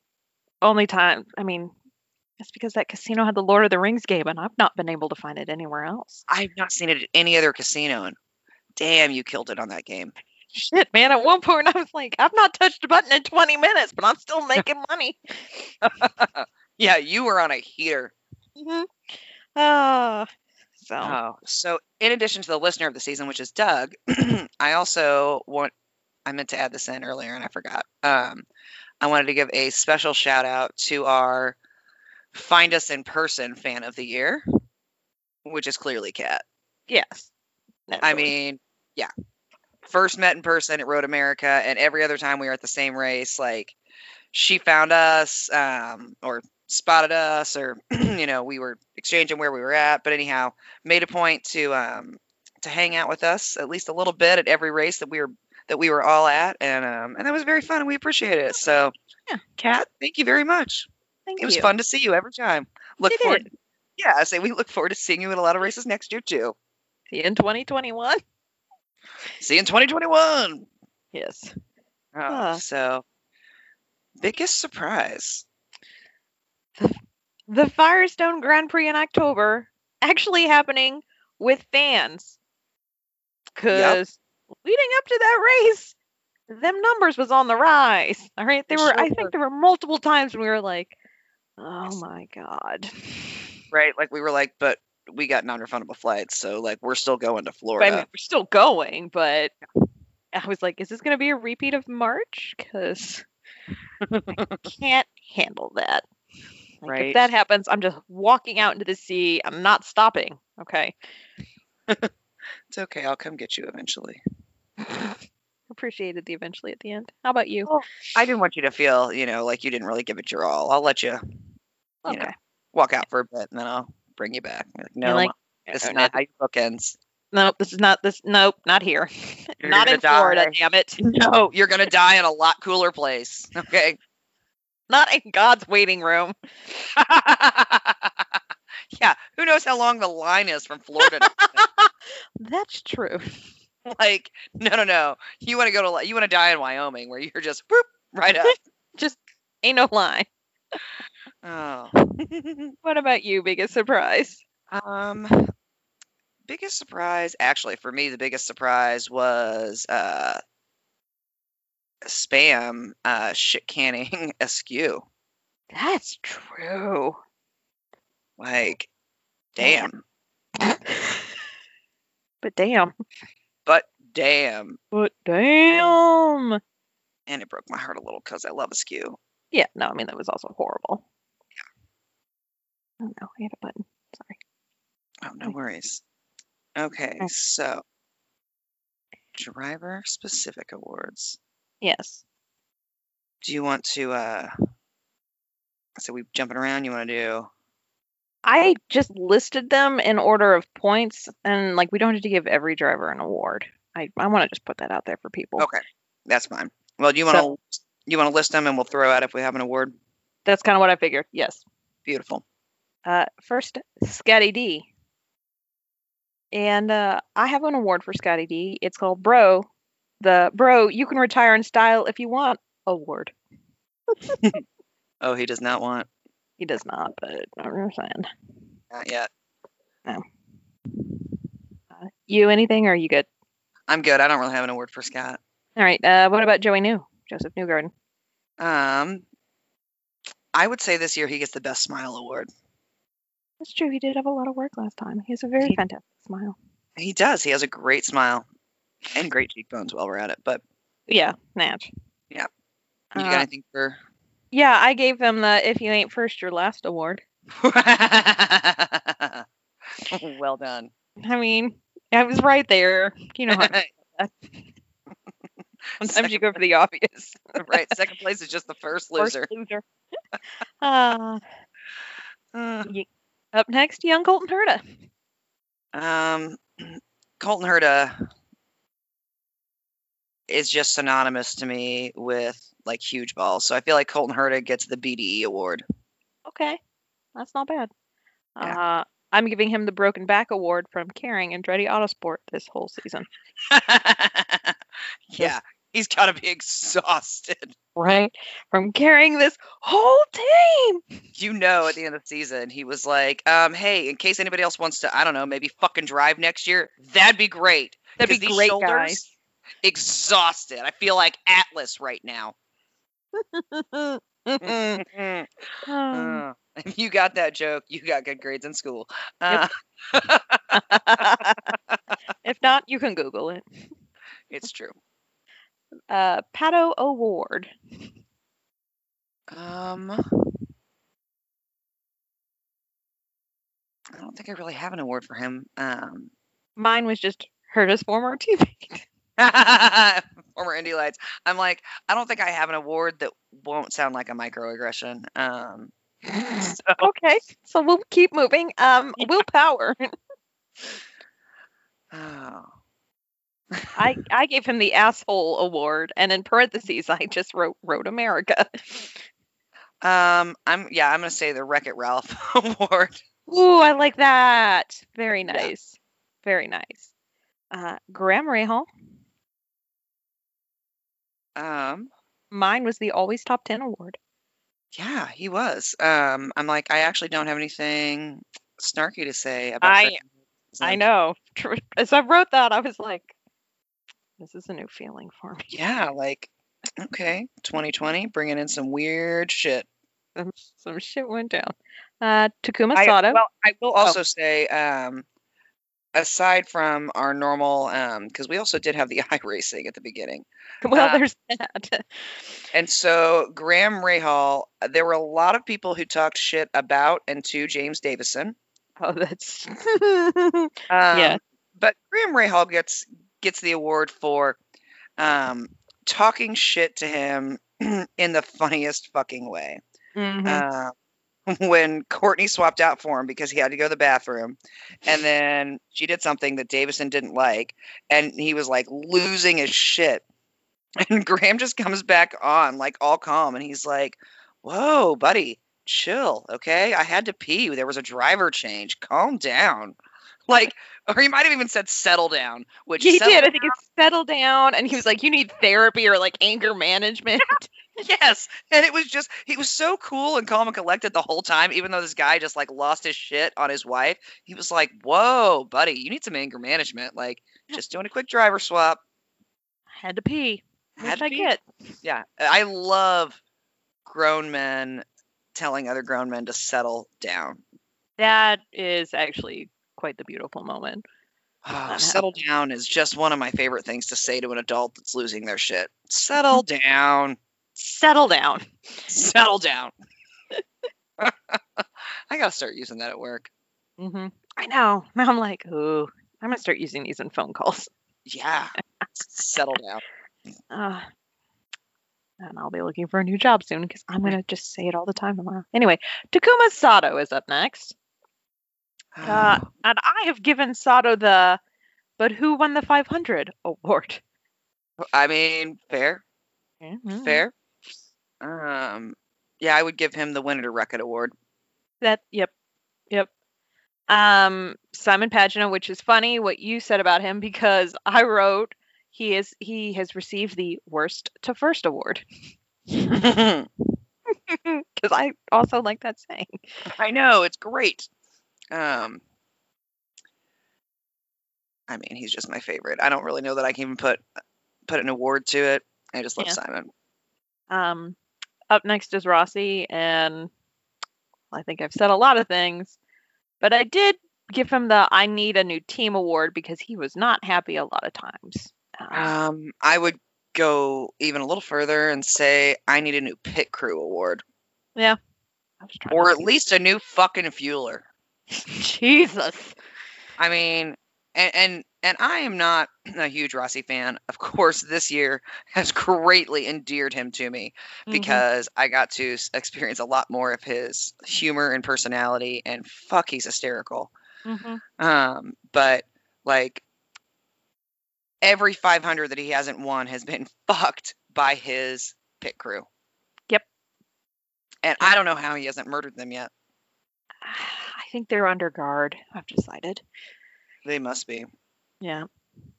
only time, I mean, it's because that casino had the Lord of the Rings game, and I've not been able to find it anywhere else. *laughs*
I've not seen it at any other casino. And damn, you killed it on that game.
Shit, man. At one point, I was like, I've not touched a button in 20 minutes, but
*laughs*
I'm still making money.
Yeah, you were on a heater.
Mhm. Ah, so,
Oh. So, in addition to the listener of the season, which is Doug, *clears throat* I also want, I meant to add this in earlier and I forgot. Um, I wanted to give a special shout out to our Find Us in Person fan of the year, which is clearly Kat.
yes.
I
Naturally.
mean, yeah. First met in person at Road America, and every other time we were at the same race, like she found us um, or spotted us, or *clears throat* you know, we were exchanging where we were at. But anyhow, made a point to um, to hang out with us at least a little bit at every race that we were that we were all at, and um, and that was very fun, and we appreciated it. So,
Yeah.
Kat, thank you very much.
thank
it was
you.
fun to see you every time. Look
It
forward. Yeah, I say we look forward to seeing you at a lot of races next year too.
See you in 2021.
See you in 2021.
Yes.
Oh,
Huh.
so biggest surprise.
The Firestone Grand Prix in October actually happening with fans. Because leading up to that race, them numbers was on the rise. All right. There
They
were,
sure
I
were.
think there were multiple times when we were like, oh
Yes.
my God.
Right? Like we were like, but we got non-refundable flights, so like we're still going to
But, I mean,
Florida.
we're still going, but I was like, is this going to be a repeat of March? Because
*laughs*
I can't handle that. Like,
Right.
If that happens, I'm just walking out into the sea. I'm not stopping. Okay.
It's okay, I'll come get you eventually.
Appreciated the eventually at the end. How about you?
I didn't want you to feel, you know, like you didn't really give it your all. I'll let you you know.
Okay.
walk out for a bit and then I'll bring you back. Like, no,
like,
Mom, *laughs* this
uh,
is not how you bookends.
nope, this is not this. Nope, not here. *laughs*
You're
not
gonna
in Florida,
die.
damn *laughs* it. Oh,
No, you're gonna die in a lot cooler place. *laughs* Okay.
Not in God's waiting room. *laughs*
yeah. Who knows how long the line is from Florida? to-
That's true.
like, no, no, no. You want to go to li- you want to die in Wyoming where you're just whoop right *laughs* up.
Just ain't no line.
Oh.
What about you? Biggest surprise?
*laughs* Um, biggest surprise, actually, for me, the biggest surprise was uh, spam uh, shit canning *laughs* askew.
That's true.
Like,
Damn.
damn,
*laughs* But damn.
but damn.
But damn.
And it broke my heart a little because I love askew.
Yeah, no, I mean that was also horrible. Oh no, I hit a button. Sorry.
Oh, no
Okay.
worries. Okay, *laughs*
Okay.
so driver specific awards.
Yes.
Do you want to, uh, so we jumping around? You want to do,
I just listed them in order of points and like we don't have to give every driver an award. I, I want to just put that out there for people.
okay, that's fine. Well, do you want to,
So-
you want to list them and we'll throw out if we have an award?
That's kind of what I figured. Yes.
Beautiful.
Uh, first, Scotty D. And uh, I have an award for Scotty D. It's called Bro, the Bro You Can Retire in Style If You Want award.
Oh, he does not want.
He does not, but I'm just saying.
Not yet.
"Uh, You anything or are you good?
I'm good. I don't really have an award for Scott.
All right. Uh, what about Joey New? Joseph Newgarden.
Um, I would say this year he gets the best smile award.
That's true. He did have a lot of work last time. He has a very
He-
fantastic smile.
He does. He has a great smile and great cheekbones while we're at it. But
Yeah, Natch.
Yeah. you got
Uh,
anything for?
yeah, I gave him the If You Ain't First, Your Last award.
well *laughs* done.
I mean, I was right there. You
*laughs*
know, how- sometimes
Second-
you go for the obvious.
*laughs* right. Second place is just the first
First
loser.
loser. *laughs* uh,
Uh,
up next, young Colton Herta. Mm.
Um, Colton Herta is just synonymous to me with like huge balls. So I feel like Colton Herta gets the BDE
*laughs*
award.
Okay, that's not bad.
Yeah.
Uh, I'm giving him the Broken Back Award from Caring and Andretti Autosport this whole season.
yeah, he's got to be exhausted. *laughs*
Right? From carrying this whole
*laughs*
team.
You know, at the end of the season, he was like, um, "Hey, in case anybody else wants to, I don't know, maybe fucking drive next year, that'd be great.
That'd be
Because these
great,
shoulders-
guys.
Exhausted. I feel like Atlas right now."
Um,
Uh, *laughs* if you got that joke, you got good grades in school. Uh,
Yep. if not, you can Google it.
It's true.
Uh, Pato Award.
Um, I don't think I really have an award for him. Um, *laughs*
Mine was just Herta's former *laughs* teammate.
former Indy Lights. I'm like, I don't think I have an award that won't sound like a microaggression.
*laughs*
Um,
okay, so we'll keep moving. Um, *laughs* willpower.
oh,
I, I gave him the asshole award, and in parentheses, I just wrote wrote America.
*sighs*
*laughs*
um, I'm yeah, I'm gonna say the Wreck It Ralph *laughs* award.
Ooh, I like that. Very
Yeah.
nice. Very nice. Uh, Graham Rahal.
Um,
Mine was the always top ten award.
yeah, he was. Um, I'm like, I actually don't have anything snarky to say about.
I-
Fred Hampton's
I
life.
know. Tr- As I wrote that, I was like, this is a new feeling for me. *laughs*
Yeah, like okay, 2020 bringing in some weird shit.
Some, some shit went down. Uh, Takuma
I-
Sato.
well, I will
Oh.
also say, um, aside from our normal, because we also did have the *laughs* eye racing at the beginning,
*laughs* Well,
uh,
there's that.
and so Graham Rahal, there were a lot of people who talked shit about and to James Davison.
*laughs* Oh, that's *laughs*
Um,
Yeah.
but Graham Rahal gets gets the award for um, *clears throat* talking shit to him in the funniest fucking way.
Mhm.
Uh, *laughs* when Courtney swapped out for him because he had to go to the bathroom. And then she did something that Davison didn't like. And he was like losing his shit. *laughs* And Graham just comes back on, like all calm. And he's like, Whoa, buddy, chill. Okay. I had to pee. There was a driver change. Calm down. *laughs* Like, or he might have even said settle down, which
He
settle
did. I think it's settle down. And he was like, you need therapy or like
*laughs*
anger management.
Yes. And it was just, he was so cool and calm and collected the whole time, even though this guy just like lost his shit on his wife. He was like, whoa, buddy, you need some anger management. Like, just doing a quick driver swap.
I had to pee.
Had
Which
to
I
pee.
get.
Yeah. I love grown men telling other grown men to settle down.
That is actually quite the beautiful moment.
Oh,
Uh-huh.
settle down is just one of my favorite things to say to an adult that's losing their shit. Settle down.
Settle down.
Settle down. *laughs* I got to start using that at work. Mm-hmm.
hmm I know. Now I'm like, ooh, I'm going to start using these in phone calls.
Yeah. Settle down.
Uh, and I'll be looking for a new job soon because I'm going to just say it all the time tomorrow. Anyway, Takuma Sato is up next. Uh, and I have given Sato the But Who Won the 500 award.
I mean, fair,
Mm.
fair. Um, yeah, I would give him the winner to Record Award. *laughs*
That, yep. Yep. Um, Simon Pagina, which is funny what you said about him because I wrote he is he has received the worst to first award *laughs*
I
because I also like that saying.
know it's great. Um, I mean, he's just my favorite. I don't really know that I can even put put an award to it. I just love
Yeah.
Simon.
Um, up next is Rossi, and I think I've said a lot of things, but I did give him the I Need a New Team award because he was not happy a lot of times. Uh,
Um, I would go even a little further and say I need a new pit crew award,
I was trying to *laughs*
or at
see-
least a new fucking fueler.
Jesus.
I mean, and and, and I am not *clears throat* a huge Rossi fan. Of course, this year *laughs* has greatly endeared him to me
Mhm.
because I got to s- experience a lot more of his humor and personality, and fuck, he's hysterical.
Mhm.
Um, but like every 500 that he hasn't won has been *laughs* fucked by his pit crew.
Yep.
And I don't know how he hasn't murdered them yet.
I think they're under guard. I've decided.
They must be.
Yeah.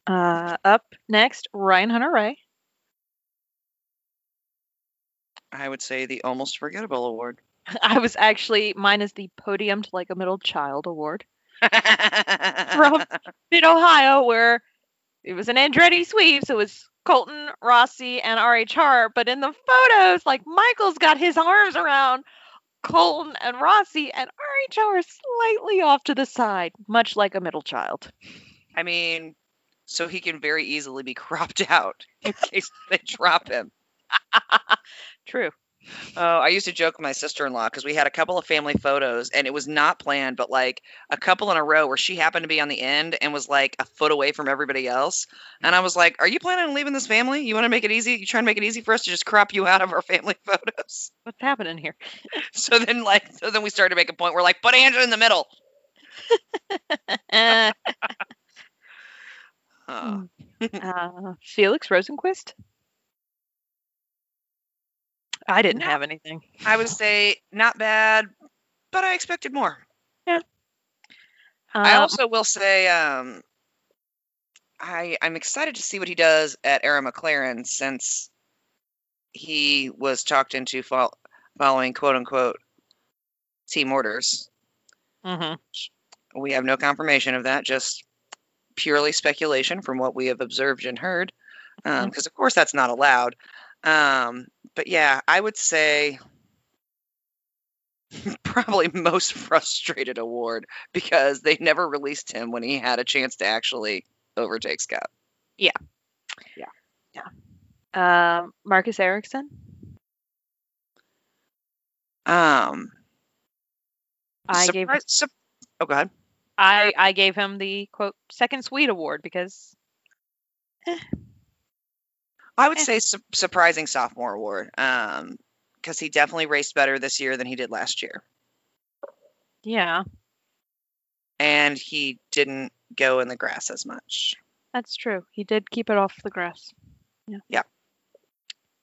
Uh, up next, Ryan Hunter Ray. *laughs*
I would say the almost forgettable award.
I was actually mine is the podiumed like a middle child award.
From
in Ohio where it was an Andretti sweep, so it was Colton, Rossi, and RHR. But in the photos, like Michael's got his arms around Colton and Rossi, and RHR is slightly off to the side, much like a middle child.
*laughs* I mean, so he can very easily be cropped out *laughs* in case they drop him.
True.
Oh, I used to joke with my sister in law because we had a couple of family photos and it was not planned, but like a couple in a row where she happened to be on the end and was like a foot away from everybody else. And I was like, Are you planning on leaving this family? You want to make it easy? You trying to make it easy for us to just crop you out of our family *laughs* photos?
What's happening here?
So then, like, so then we started to make a point. We're like, Put Angela in the middle.
Uh, Ah. *laughs* Hmm.
Oh,
Mm. uh, Felix Rosenquist? I didn't
No.
have anything.
I would say not bad, but I expected more. I
Um,
also will say, um, I I'm excited to see what he does at Aaron McLaren since he was talked into fol- following quote unquote team orders.
mhm.
We have no confirmation of that, just purely speculation from what we have observed and heard,
Mm-hmm.
because of course that's not allowed. Um, but yeah, I would say *laughs* probably most frustrated award because they never released him when he had a chance to actually overtake Scott.
Um, Marcus Erickson?
Um,
I gave
surpri- sup- oh, go ahead.
I I gave him the quote second sweet award because
I would
Eh.
say su- um, surprising sophomore award because he definitely raced better this year than he did last year.
Yeah,
and he didn't go in the grass as much.
that's true. He did keep it off the grass. Yeah.
Yeah.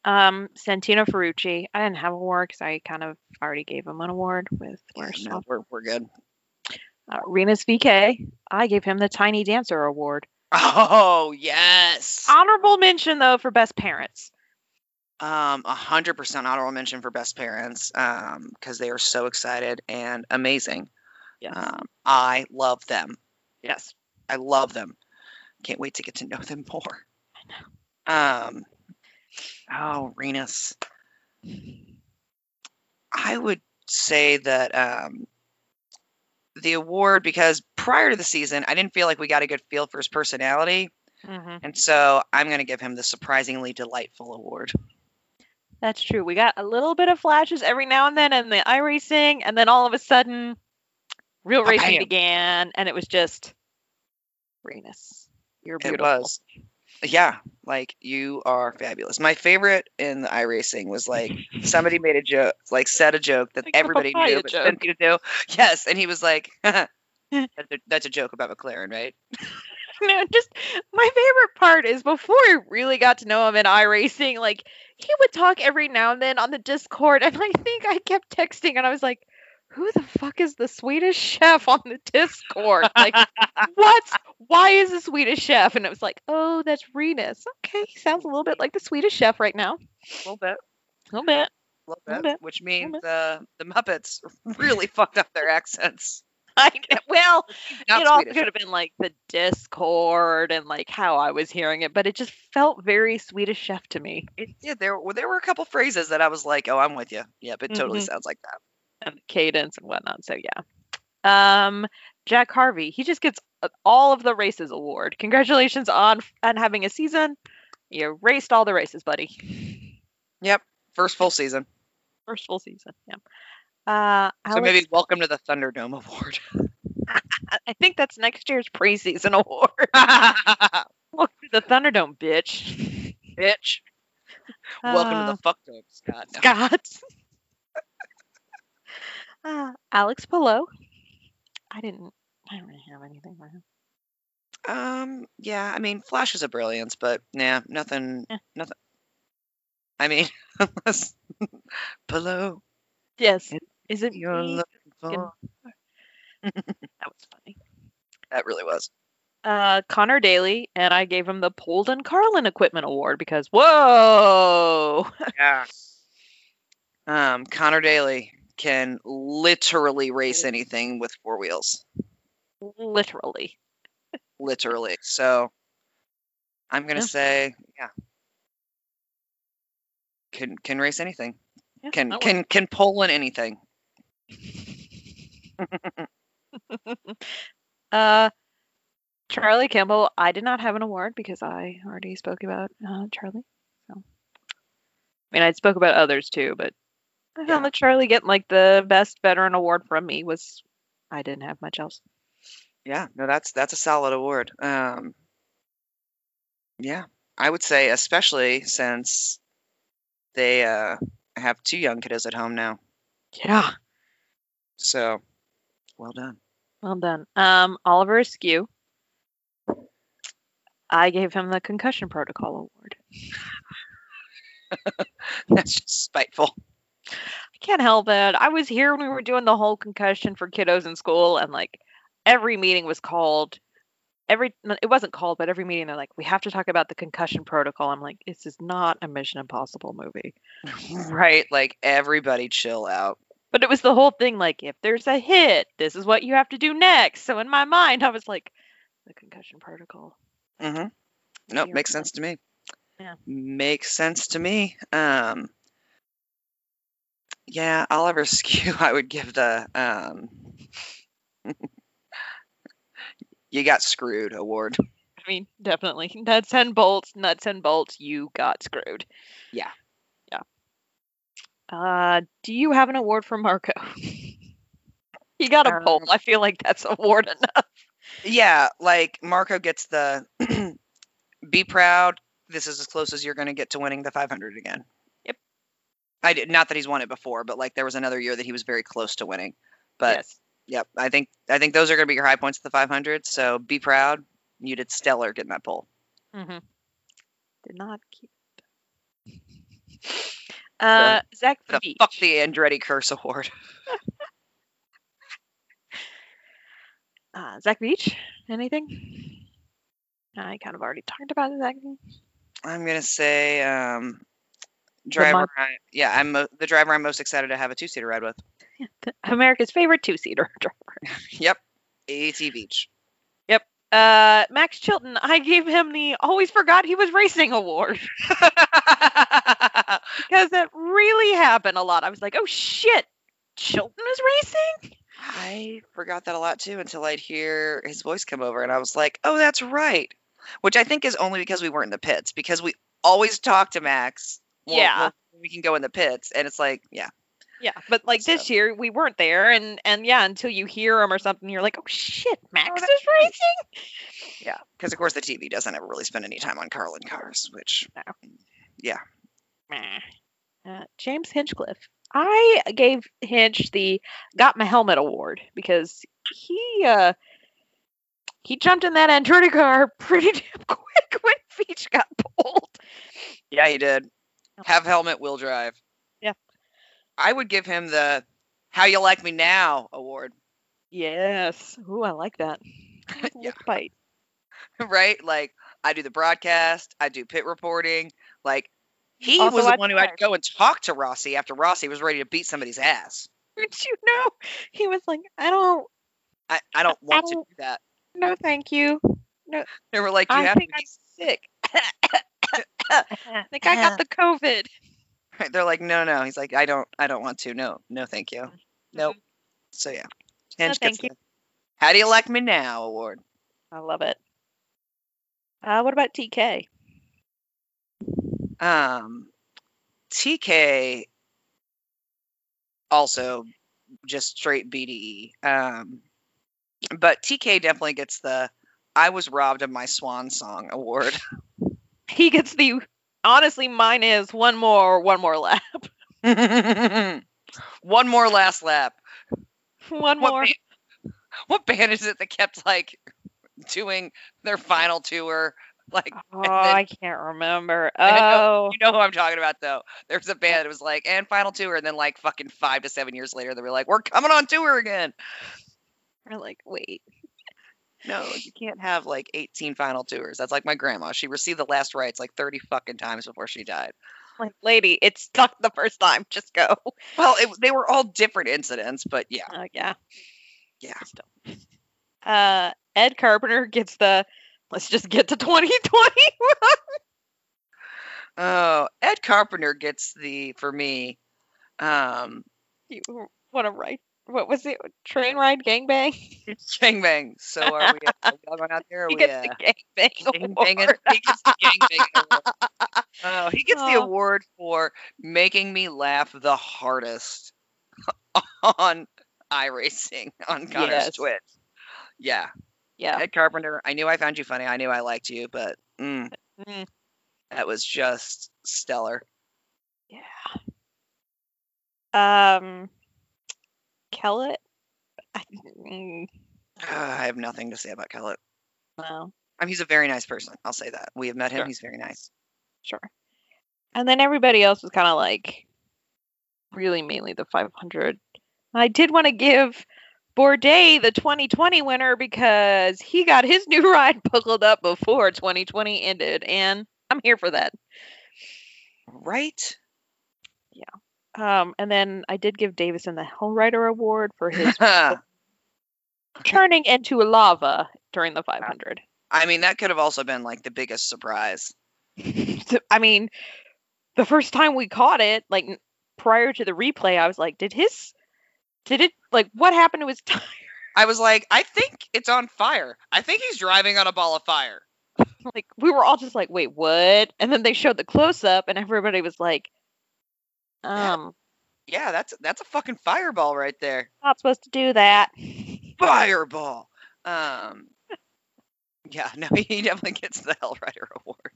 Um, Santino Ferrucci. I didn't have an award because I kind of already gave him an award with Worst
no, we're, we're good. *laughs*
Uh, Remus VK. I gave him the Tiny Dancer Award.
Oh yes,
Honorable mention though for best parents.
um, a hundred percent honorable mention for best parents um because they are so excited and amazing.
Yes.
Um, I love them.
yes.
I love them. Can't wait to get to know them more. I know. Um, oh, Renus. I would say that um, the award, because prior to the season, I didn't feel like we got a good feel for his personality.
hmm
And so I'm going to give him the surprisingly delightful award.
That's true. We got a little bit of flashes every now and then in the iRacing, and then all of a sudden, real racing
Ba-bam.
began, and it was just Renus. You're
It
beautiful.
was. Yeah, like you are fabulous. My favorite in the iRacing was *laughs* like somebody made a joke, like said a joke that
Like a
everybody
papaya
knew, but
joke.
Cynthia knew. Yes, and he was like, *laughs* that's, a, "That's a joke about McLaren, right?"
*laughs* no, just my favorite part is before I really got to know him in iRacing, like he would talk every now and then on the Discord, and I think I kept texting, and I was like, "Who the fuck is the Swedish chef on the Discord? *laughs* Like, what's why is the Swedish chef?" And it was like, "Oh, that's Renus. Okay, he sounds a little bit like the Swedish chef right now. A
A little bit,
little bit.
a little
Little
bit,
bit,
which means
bit.
the the Muppets *laughs* really fucked up their accents.
*laughs* I know. well,
Not
it also
Swedish.
could have been like the Discord and like how I was hearing it, but it just felt very Swedish chef to me."
It did. There were there were a couple phrases that I was like, "Oh, I'm with you." Yep, it totally
Mhm.
sounds like that.
and the cadence and whatnot. So yeah. Um, Jack Harvey, he just gets a- all of the races award. Congratulations on f- on having a season. You raced all the races, buddy.
First full season,
First full season. Yeah. Uh,
so
Alex-
maybe welcome to the Thunderdome Award. *laughs*
I- I think that's next year's preseason *laughs* award. Look, the Thunderdome, bitch. Uh,
Bitch, welcome to the fuck dome, Scott. No.
God. *laughs* uh, Alex Pillow. I didn't. I don't really have anything for him.
Um, yeah, I mean, flashes of brilliance, but nah, nothing,
Yeah.
nothing. I mean, *laughs* unless below
Yes. Is it
you're
me?
looking
Fucking-
for.
That was funny.
That really was.
Uh, Connor Daly, and I gave him the Polden Carlin Equipment Award because whoa, *laughs*
Yeah. *laughs* Um, Connor Daly can literally race anything with four wheels,
literally.
literally. So, I'm gonna
Yeah.
say, yeah, can can race anything.
Yeah,
Can
that
can can pull in anything.
Uh, Charlie Campbell, I did not have an award because I already spoke about uh, Charlie. So, I mean, I spoke about others too, but I found
Yeah.
that Charlie getting like the best veteran award from me was I didn't have much else.
Yeah, no, that's that's a solid award. Um, yeah, I would say especially since they uh, have two young kiddos at home now.
Yeah,
So, well done. *laughs*
well done. Um, Oliver Askew, I gave him the concussion protocol award.
That's just spiteful. *laughs*
I can't help it. I was here when we were doing the whole concussion for kiddos in school, and like every meeting was called. Every no, it wasn't called, but every meeting they're like, "We have to talk about the concussion protocol." I'm like, "This is not a Mission Impossible movie."
Right? Like everybody chill out.
But it was the whole thing. Like, if there's a hit, this is what you have to do next. So in my mind, I was like, "The concussion protocol."
Mm-hmm. Nope,
You're
makes
right.
sense to me.
Yeah.
Makes sense to me. Um, yeah, Oliver *laughs* Skew, I would give the um, *laughs* you got screwed award.
I mean, definitely nuts and bolts, nuts and bolts. You got screwed.
Yeah.
yeah. Uh, do you have an award for Marco? *laughs* he got a poll.
Um,
I feel like that's award enough.
Yeah, like Marco gets the *clears throat* be proud. This is as close as you're going to get to winning the 500 again.
Yep.
I did not that he's won it before, but like there was another year that he was very close to winning. But
yes.
Yep. I think I think those are going to be your high points of the 500. So be proud. You did stellar getting that poll.
Mm-hmm. Did not keep. *laughs* Uh, Zach
The
Veach.
fuck the Andretti curse award. *laughs*
Uh, Zach Beach. Anything? I kind of already talked about Zach Veach.
I'm gonna say um, driver.
mon-
I, yeah, I'm mo- the driver I'm most excited to have a two seater ride with.
America's favorite two-seater *laughs* driver.
Yep, AT Beach.
Uh, Max Chilton. I gave him the always forgot he was racing award *laughs*
I
because that really happened a lot. I was like, oh shit, Chilton is racing.
forgot that a lot too until I'd hear his voice come over, and I was like, "Oh, that's right," which I think is only because we weren't in the pits because we always talk to Max. Well,
Yeah.
well, we can go in the pits, and it's like, yeah,
Yeah, but like this
So-
year we weren't there, and and yeah, until you hear him or something, you're like, oh shit, Max
that's
is
right.
racing.
yeah, because of course the TV doesn't ever really spend any time on Carlin cars, which
Meh. Uh, James Hinchcliffe. I gave Hinch the Got My Helmet Award because he uh he jumped in that Andretti car *laughs* pretty damn quick when Veach got pulled.
Yeah, he did. Have helmet, will drive.
Yeah.
I would give him the "How You Like Me Now"
*laughs*
award, *laughs*
Yes. Ooh, I like that.
Yeah.
Lip Bite.
right? Like I do the broadcast, I do pit reporting. Like he
Also,
was the
I
one who I'd
drive.
go and talk to Rossi after Rossi was ready to beat somebody's ass.
Did you know? He was like, I don't
I, I don't want to
don't-
do that.
no thank you.
They were like, "You
I
have to."
think
*laughs*
I'm sick. I think I got the COVID.
Be... They're like, "No, no." He's like, "I don't, I don't want to. No, no, thank you." Nope. So yeah, Hinch
Mm-hmm. thank
gets
you.
the "How Do You Like Me Now" award.
I love it. Uh, what about TK?
Um, TK also just straight BDE. Um, but TK definitely gets the I was robbed of my swan song award. *laughs*
*laughs* he gets the honestly mine is one more one more lap
One more last lap.
*laughs* one
What
more *laughs*
ba- what band is it that kept like doing their final tour? Like
oh
then-
i can't remember
I know-
*laughs* oh
you know who I'm talking about though. There was a band that was like and final tour and then like fucking 5 to 7 years later they were like we're coming on tour again.
we're like wait
No, you can't have like 18 final tours. That's like my grandma. She received the last rites like 30 fucking times before she died.
like lady it stuck the first time just go
Well, it, they were all different incidents, but yeah.
*laughs* oh yeah
Yeah.
Still. *laughs* uh ed carpenter gets the let's just get to *laughs* 2020
Oh, Ed Carpenter gets the for me. Um,
*laughs* you want to write what was it train ride gangbang *laughs*
gang bang. So are we? Are we all going out there? Are
he
we,
gets
uh,
the gangbang
gang
award. *laughs*
banging? He gets the gang banging award. Oh, he gets the
Oh.
award for making me laugh the hardest *laughs* on iRacing on Connor's
Yes.
Twitch. Yeah.
yeah
Ed Carpenter, I knew I found you funny. I knew I liked you, but mm,
Mm,
that was just stellar.
yeah um kellett I, mm,
Ugh, I have nothing to say about Kellett.
no
I mean, he's a very nice person. I'll say that. We have met him.
Sure.
He's very nice.
Sure. And then everybody else was kind of like really mainly the 500. I did want to give Bourdais the 2020 winner because he got his *laughs* new ride buckled up before 2020 ended, and I'm here for that.
Right?
Um, and then I did give Davison the Hell Rider Award
*laughs*
for his
I
turning into lava during the 500.
mean, that could have also been like the biggest surprise.
*laughs* So, I mean, the first time we caught it, like n- prior to the replay, I was like, did his, did it, like, what happened to his tire?
I was like, I think it's on fire. I think he's driving on a ball of fire.
Like, we were all just like, wait, what? And then they showed the close up, and everybody was like,
Yeah.
um,
Yeah, that's that's a fucking fireball right there.
not supposed to do that.
Fireball. Um. Yeah, *laughs* no, he definitely gets the Hell Rider Award.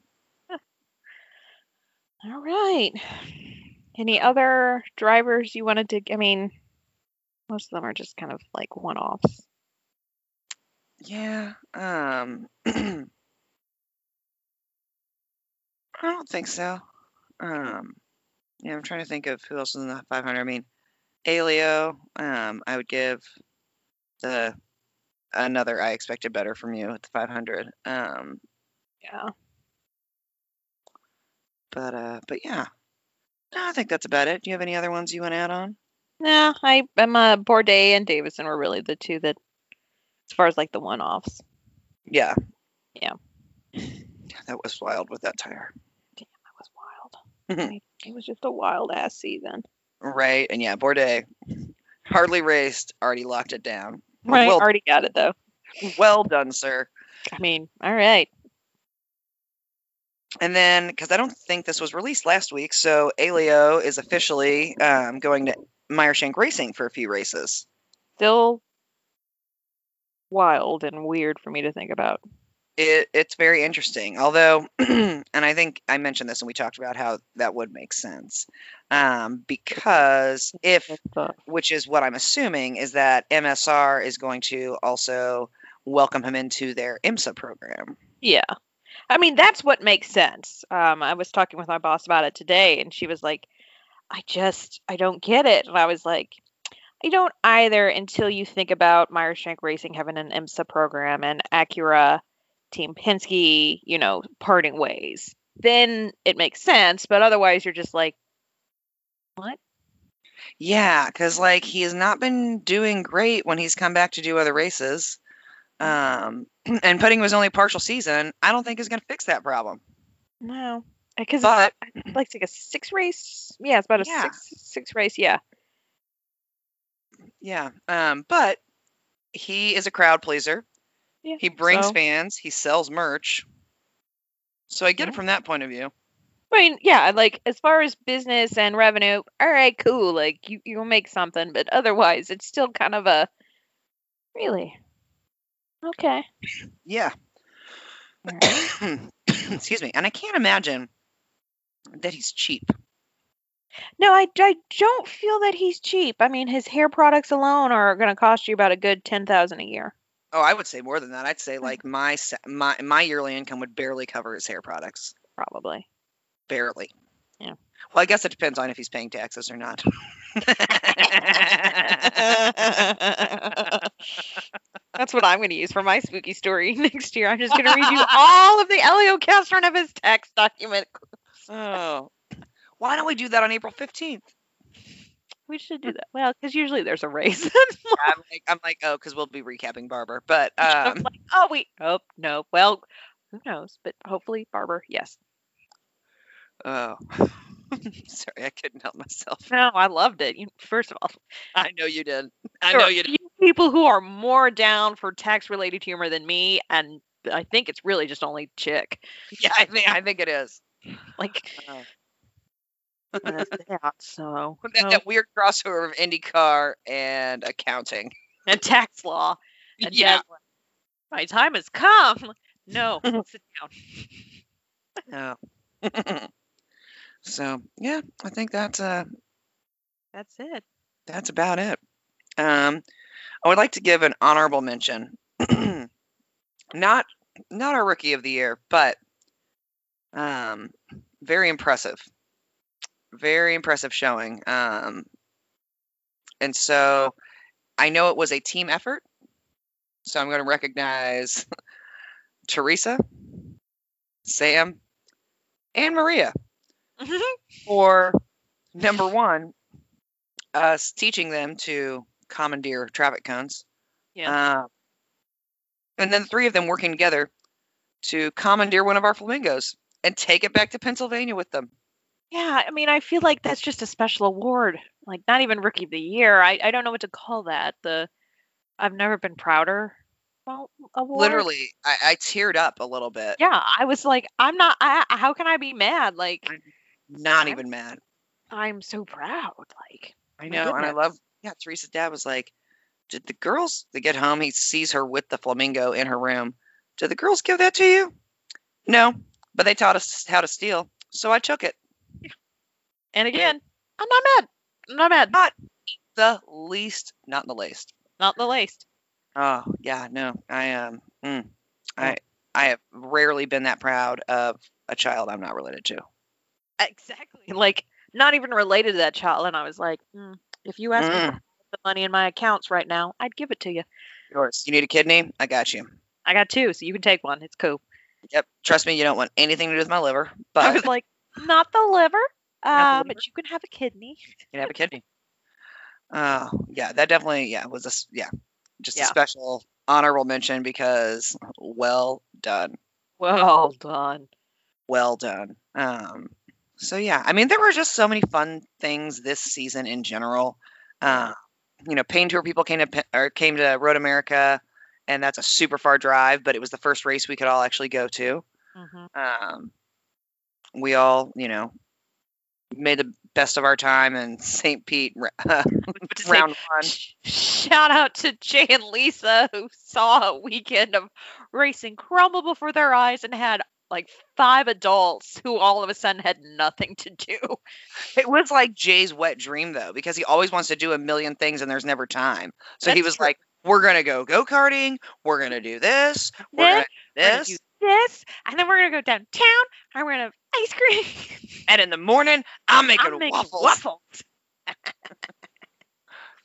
All right. Any other drivers you wanted to, I mean, Most of them are just kind of like one offs.
Yeah. Um, *clears throat* I don't think so. Um, yeah, I'm trying to think of who else is in the 500. I mean, Alio. Um, I would give the another I expected better from you at the 500. Um,
Yeah.
but uh, but yeah. No, I think that's about it. Do you have any other ones you want to add on?
Nah, I am uh, Bourdais and Davison were really the two that, as far as like the one offs.
Yeah.
Yeah.
That was wild with that tire.
That was wild. I- it was just a wild ass season.
Right. And yeah, Bourdais hardly raced, already locked it down.
Right.
Well,
Already got it though.
well done, sir.
I mean, all right.
And then, because I don't think this was released last week, so Alio is officially um, going to Meyershank Racing for a few races.
Still wild and weird for me to think about.
It, it's very interesting, although, *clears throat* and I think I mentioned this and we talked about how that would make sense. Um, because if
It's, uh,
which is what I'm assuming, is that MSR is going to also welcome him into their IMSA program.
Yeah. I mean, that's what makes sense. Um, I was talking with my boss about it today, and she was like, I just, I don't get it. And I was like, I don't either until you think about Myershank Racing having an IMSA program and Acura, Team Penske, you know, parting ways. Then it makes sense, but otherwise you're just like, what?
Yeah, because like he has not been doing great when he's come back to do other races, um, *clears throat* and putting was only a partial season. I don't think is going to fix that problem.
No. Because
But
it's like, it's like a six race. Yeah, it's about a
Yeah.
six six race. Yeah.
yeah, um, but he is a crowd pleaser.
yeah.
He brings
so-
fans. He sells merch. So I get it
Yeah.
from that point of view.
I mean, yeah, like as far as business and revenue, all right, cool. Like you, you'll make something, but otherwise, it's still kind of a really okay.
Yeah.
all *laughs* right.
*clears throat* Excuse me. And I can't imagine that he's cheap.
no, I, I don't feel that he's cheap. I mean, his hair products alone are going to cost you about a good ten thousand a year.
Oh, I would say more than that. I'd
Hmm.
say like my sa- my my yearly income would barely cover his hair products.
Probably
Barely.
Yeah.
Well, I guess it depends on if he's paying taxes or
*laughs*
not.
that's what I'm going to use for my spooky story *laughs* next year. I'm just going to read *laughs* you all of the Elio Castron of his tax document.
oh. Why don't we do that on April
*laughs*
15th?
We should do that. Well, because usually there's a *laughs* race.
I'm like, I'm like oh, because we'll be recapping Barber.
*laughs*
But um,
like, oh wait, oh no. Well, who knows? But hopefully, Barber. Yes.
oh, *laughs* sorry, I couldn't help myself.
No, I loved it. You, first of all,
I know you did. I
there
know
are
you did.
few people who are more down for tax-related humor than me, and I think it's really just only chick. *laughs*
Yeah, I think I think it is.
Like,
Oh. *laughs*
uh, yeah, so
That,
no.
that weird crossover of IndyCar and accounting.
and tax law. And
yeah.
Tesla. My time has come.
*laughs*
No, sit down.
Oh. *laughs* so yeah, I think that's uh
That's it.
that's about it. Um, I would like to give an honorable mention, *clears throat* not not our rookie of the year, but um, very impressive, very impressive showing. Um, and so I know it was a team effort, so I'm going to recognize *laughs* Teresa, Sam, and Maria for number one, us teaching them to commandeer traffic cones.
yeah.
Uh, and then the three of them working together to commandeer one of our flamingos and take it back to Pennsylvania with them.
Yeah, I mean, I feel like that's just a special award. Like, not even Rookie of the Year. I, I don't know what to call that. The I've never been prouder well, award.
Literally, I, I teared up a little bit.
Yeah, I was like, I'm not. I, I- how can I be mad? Like,
I- Not
I-
even mad.
I'm so proud. Like,
I
my
know. And I
goodness.
love, yeah, Teresa's dad was like, Did the girls, they get home, he sees her with the flamingo in her room. Did the girls give that to you? No, but they taught us how to steal. So I took it.
And again, I'm not mad. I'm not mad.
Not the least, not the least.
Not the least.
Oh yeah, no, I um, mm, I I have rarely been that proud of a child I'm not related to.
Exactly. Like not even related to that child, and I was like, mm, if you asked me
Mm,
for the money in my accounts right now, I'd give it to you.
yours. You need a kidney? I got you.
I got two, so you can take one. It's cool.
Yep. Trust me, you don't want anything to do with my liver,
I
but you
was like, *laughs* not the liver,
Not the
uh,
liver.
but you can have a kidney.
can have a kidney. Oh yeah, that definitely yeah was a s- yeah just
Yeah.
a special honorable mention because well done.
Well done.
well done. Um, so yeah, I mean, there were just so many fun things this season in general. Uh, you know, pain tour people came to Pe- or came to Road America, and that's a super far drive, but it was the first race we could all actually go to.
*laughs* hmm
Um, we all, you know, made the best of our time in *laughs* St. Pete ra-
*laughs*
round one.
Sh- Shout out to Jay and Lisa who saw a weekend of racing crumble before their eyes and had like five adults who all of a sudden had nothing to *laughs* do.
It was like Jay's wet dream though, because he always wants to do a million things and there's never time. So he
That's
was
true.
like, "We're gonna go go karting. We're gonna do this. We're
Then
gonna do
we're gonna
this."
do this, and then we're gonna go downtown and we're gonna have ice cream.
And in the morning, I'm making
*laughs* I'm making
waffles.
waffles.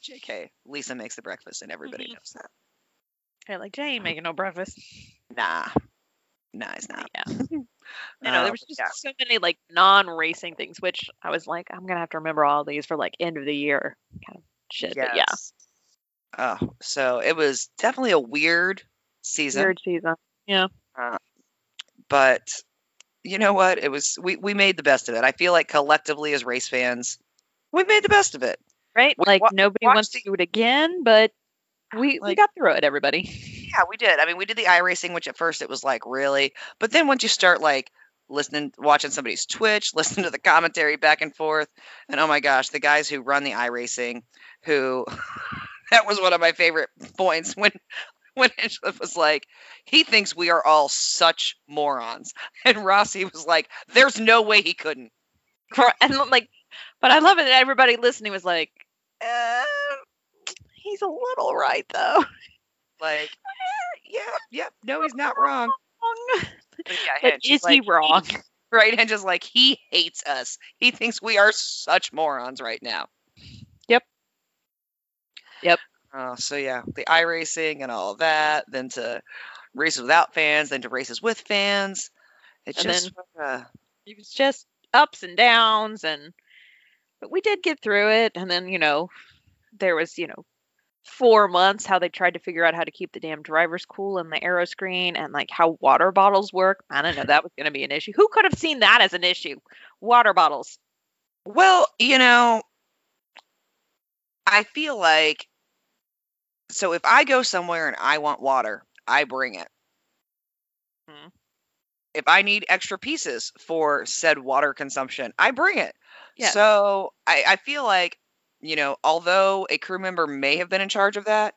JK, Lisa makes the breakfast, and everybody
Mhm.
knows that.
They're like Jay ain't making no breakfast.
Nah, nah, it's not. *laughs*
Yeah. You know,
Uh,
there was just
yeah.
so many like non-racing things, which I was like, I'm gonna have to remember all these for like end of the year kind of shit. But yeah,
Yes. Oh, so it was definitely a weird season,
weird season.
but you know what? It was we we made the best of it. I feel like collectively as race fans, we made the best of it.
right?
We
like
wa-
nobody
watched
wants
the-
to do it again, but we we
Like-
got through it, everybody. *laughs*
Yeah, we did. I mean, we did the iRacing, which at first it was like really, but then once you start like listening, watching somebody's Twitch, *laughs* listening to the commentary back and forth, and oh my gosh, the guys who run the iRacing, who *laughs* that was one of my favorite *laughs* points when when Angela was like, he thinks we are all such morons, *laughs* and Rossi was like, there's no way he couldn't.
Cor- And like, but I love it that everybody listening was like, uh, he's a little right though. *laughs*
Like, yeah, yeah, no, he's not
*laughs*
wrong. But yeah,
but
Hinge,
is
like,
he wrong?
*laughs* right? And just like he hates us. He thinks we are such morons right now.
Yep. Yep.
Uh, so yeah, the iRacing and all of that, then to races without fans, then to races with fans. It's
And
just uh,
It was just ups and downs, and but we did get through it. And then you know, there was you know. Four months, how they tried to figure out how to keep the damn drivers cool in the arrow screen and like how water bottles work. I don't know, that was going to be an issue. Who could have seen that as an issue? Water bottles.
well, you know, I feel like so if I go somewhere and I want water, I bring it.
Mhm.
If I need extra pieces for said water consumption, I bring it.
Yes.
So I, I feel like, you know, although a crew member may have been in charge of that,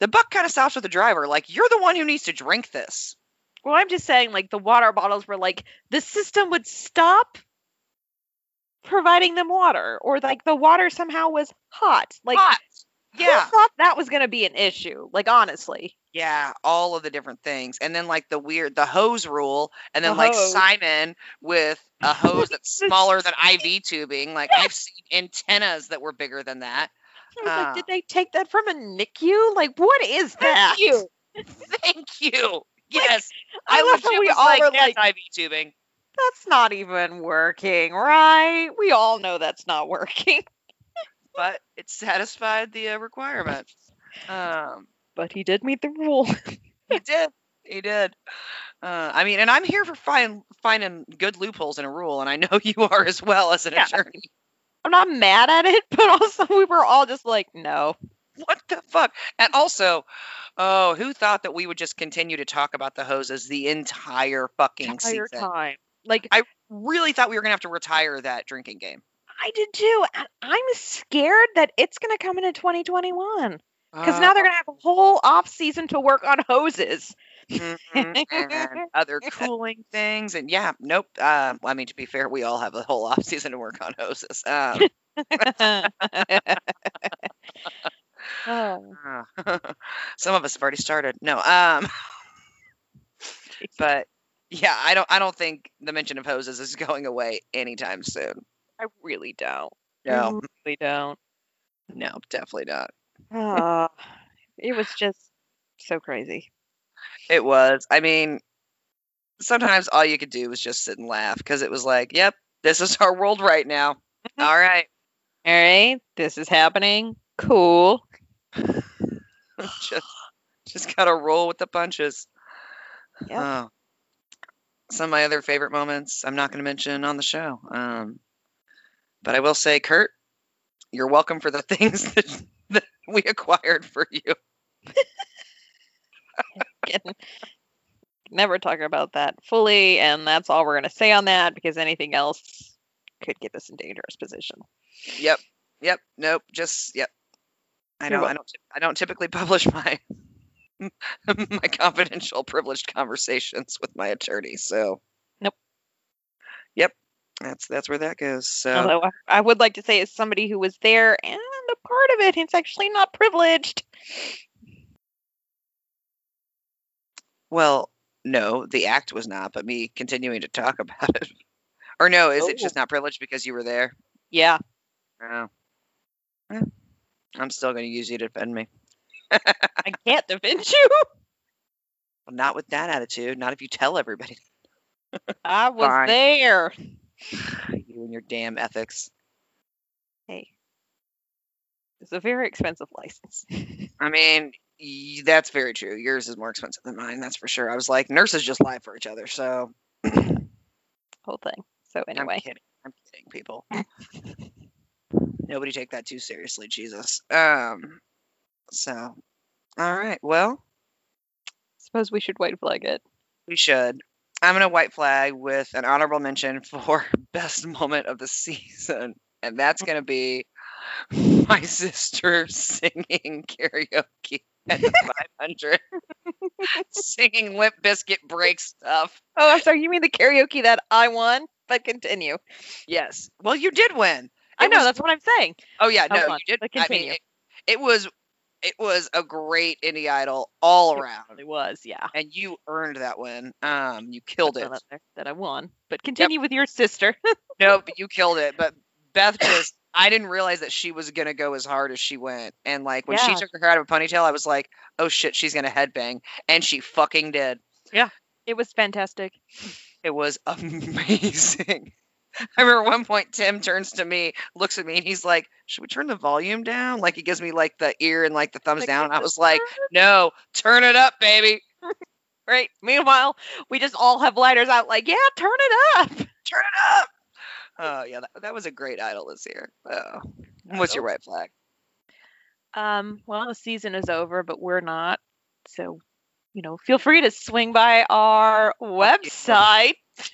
the buck kind of stops with the driver. Like, you're the one who needs to drink this.
Well, I'm just saying, like, the water bottles were like, the system would stop providing them water, or like the water somehow was hot. Like,
Hot.
who
Yeah.
thought that was going to be an issue? Like, honestly.
Yeah, all of the different things. And then like the weird the hose rule and then
The
like
hose.
Simon with a
*laughs*
hose that's smaller than IV tubing. Like I've seen antennas that were bigger than
*laughs*
that.
I was
Ah.
like, did they take that from a NICU? Like, what is that?
you. Thank you. Yes.
I love
legit
how we
was
all were
"That's
like,
IV tubing.
that's not even working, right? We all know that's not *laughs* working.
But it satisfied the uh, requirement. Um
But he did meet the rule. *laughs*
he did. He did. Uh, I mean, and I'm here for find, finding good loopholes in a rule, and I know *laughs* you are as well as an
Yeah.
attorney.
I'm not mad at it, but also *laughs* we were all just like, no.
what the fuck? And also, oh, who thought that we would just continue to talk about the hoses the entire fucking
Entire
season?
time. Like,
Really thought we were gonna have to retire that drinking game.
I did too. And I'm scared that it's going to come into 2021 because now they're going to have a whole off season to work on *laughs* hoses.
Uh, mhm, and *laughs* other
*laughs*
cooling *laughs*
*laughs*
things, and yeah, nope. Uh, well, I mean, to be fair, we all have a whole off season to work on hoses. Um,
oh,
Some of us have already started. No, um, *laughs* but yeah, I don't. I don't think the mention of hoses is going away anytime soon.
I really don't.
No,
I really don't. Mm-hmm.
no, definitely not.
Oh, it was just so crazy.
It was. I mean, sometimes all you could do was just sit and laugh because it was like, yep, this is *laughs* our world right now. All right, *laughs*
All right, this is happening. Cool.
just just gotta roll with the punches.
Yep.
Oh. Some of my other favorite moments I'm not going to mention on the show, um, but I will say, Kurt, you're welcome for the *laughs* things that, that we acquired for you.
Never talk about that fully, and that's all we're gonna say on that because anything else could get us in dangerous position.
Yep, yep, nope, just yep. I
You're
know I don't I don't typically *laughs* publish my my confidential privileged conversations with my attorney, so
Nope.
Yep, that's that's where that goes. So
Although I, I would like to say, as somebody who was there and a part of it, it's actually not privileged.
Well, no, the act was not, but me continuing to talk *laughs* about it. Or no, is
Oh.
it just not privileged because you were there?
Yeah.
No. Eh, I'm still going to use you to defend me.
I can't defend *laughs* you.
Well, not with that attitude. Not if you tell everybody. *laughs*
I was
Fine.
there.
You and your damn ethics.
Hey, it's a very expensive license.
I mean, y- that's very true. Yours is more expensive than mine, that's for sure. I was like, nurses just lie for each other. So
Whole thing. So anyway,
I'm kidding. I'm kidding, people. Nobody take that too seriously, Jesus. Um, so, all right. Well,
suppose we should white flag it.
We should. I'm going to white flag with an honorable mention for *laughs* best moment of the season. And that's going to be my *laughs* sister singing karaoke at
*laughs*
the 500, singing Limp Biscuit break stuff.
Oh, I'm sorry. You mean the karaoke that I won? But continue.
Yes. Well, you did win.
I
It
know
was-
that's what I'm saying.
Oh, yeah.
I
No,
won,
you did.
but
I mean,
continue.
it, it was. It was a great indie idol all around,
It was, yeah.
and you earned that win. Um, you killed
That's
it.
not up there That I won. But continue with your sister. *laughs*
No, but you killed it. But Beth just, I didn't realize that she was going to go as hard as she went. And like when she
Yeah.
took her out of a ponytail, I was like, oh shit, she's going to headbang. And she fucking did.
It was fantastic.
It was *laughs* amazing. I remember one point Tim turns to me, looks at me, and he's like, Should we turn the volume down? Like he gives me like the ear and like the thumbs
Like,
down. And I
the-
was like, No, turn it up, baby.
Right. Meanwhile, we just all have lighters out, like, yeah, turn it up.
Turn it up. Oh, yeah, that, that was a great idol this year. Oh. What's your white flag?
Um, well, the season is over, but we're not. So, you know, feel free to swing by our website.
as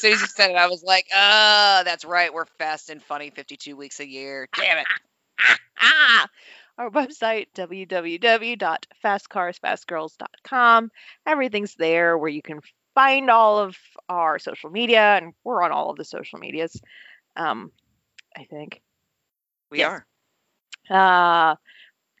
soon as you said it, I was like, "Ah, that's right. We're fast and funny 52 weeks a year. Damn it.
Ah, our website, www.fastcarsfastgirls.com. Everything's there where you can find all of our social media, and we're on all of the social medias, um, I think.
We
Yes.
are.
Uh,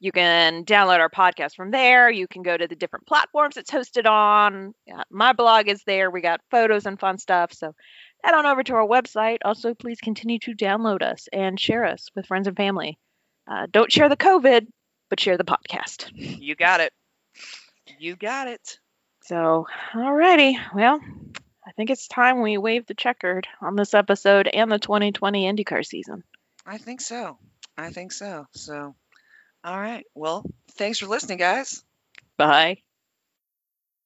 you can download our podcast from there. You can go to the different platforms it's hosted on. Uh, my blog is there. We got photos and fun stuff. So head on over to our website. Also, please continue to download us and share us with friends and family. Uh, don't share the COVID, but share the podcast.
You got it. You got it.
So, alrighty. Well, I think it's time we wave the checkered on this episode and the 2020 IndyCar season.
I think so. I think so. So, all right. Well, thanks for listening, guys.
Bye.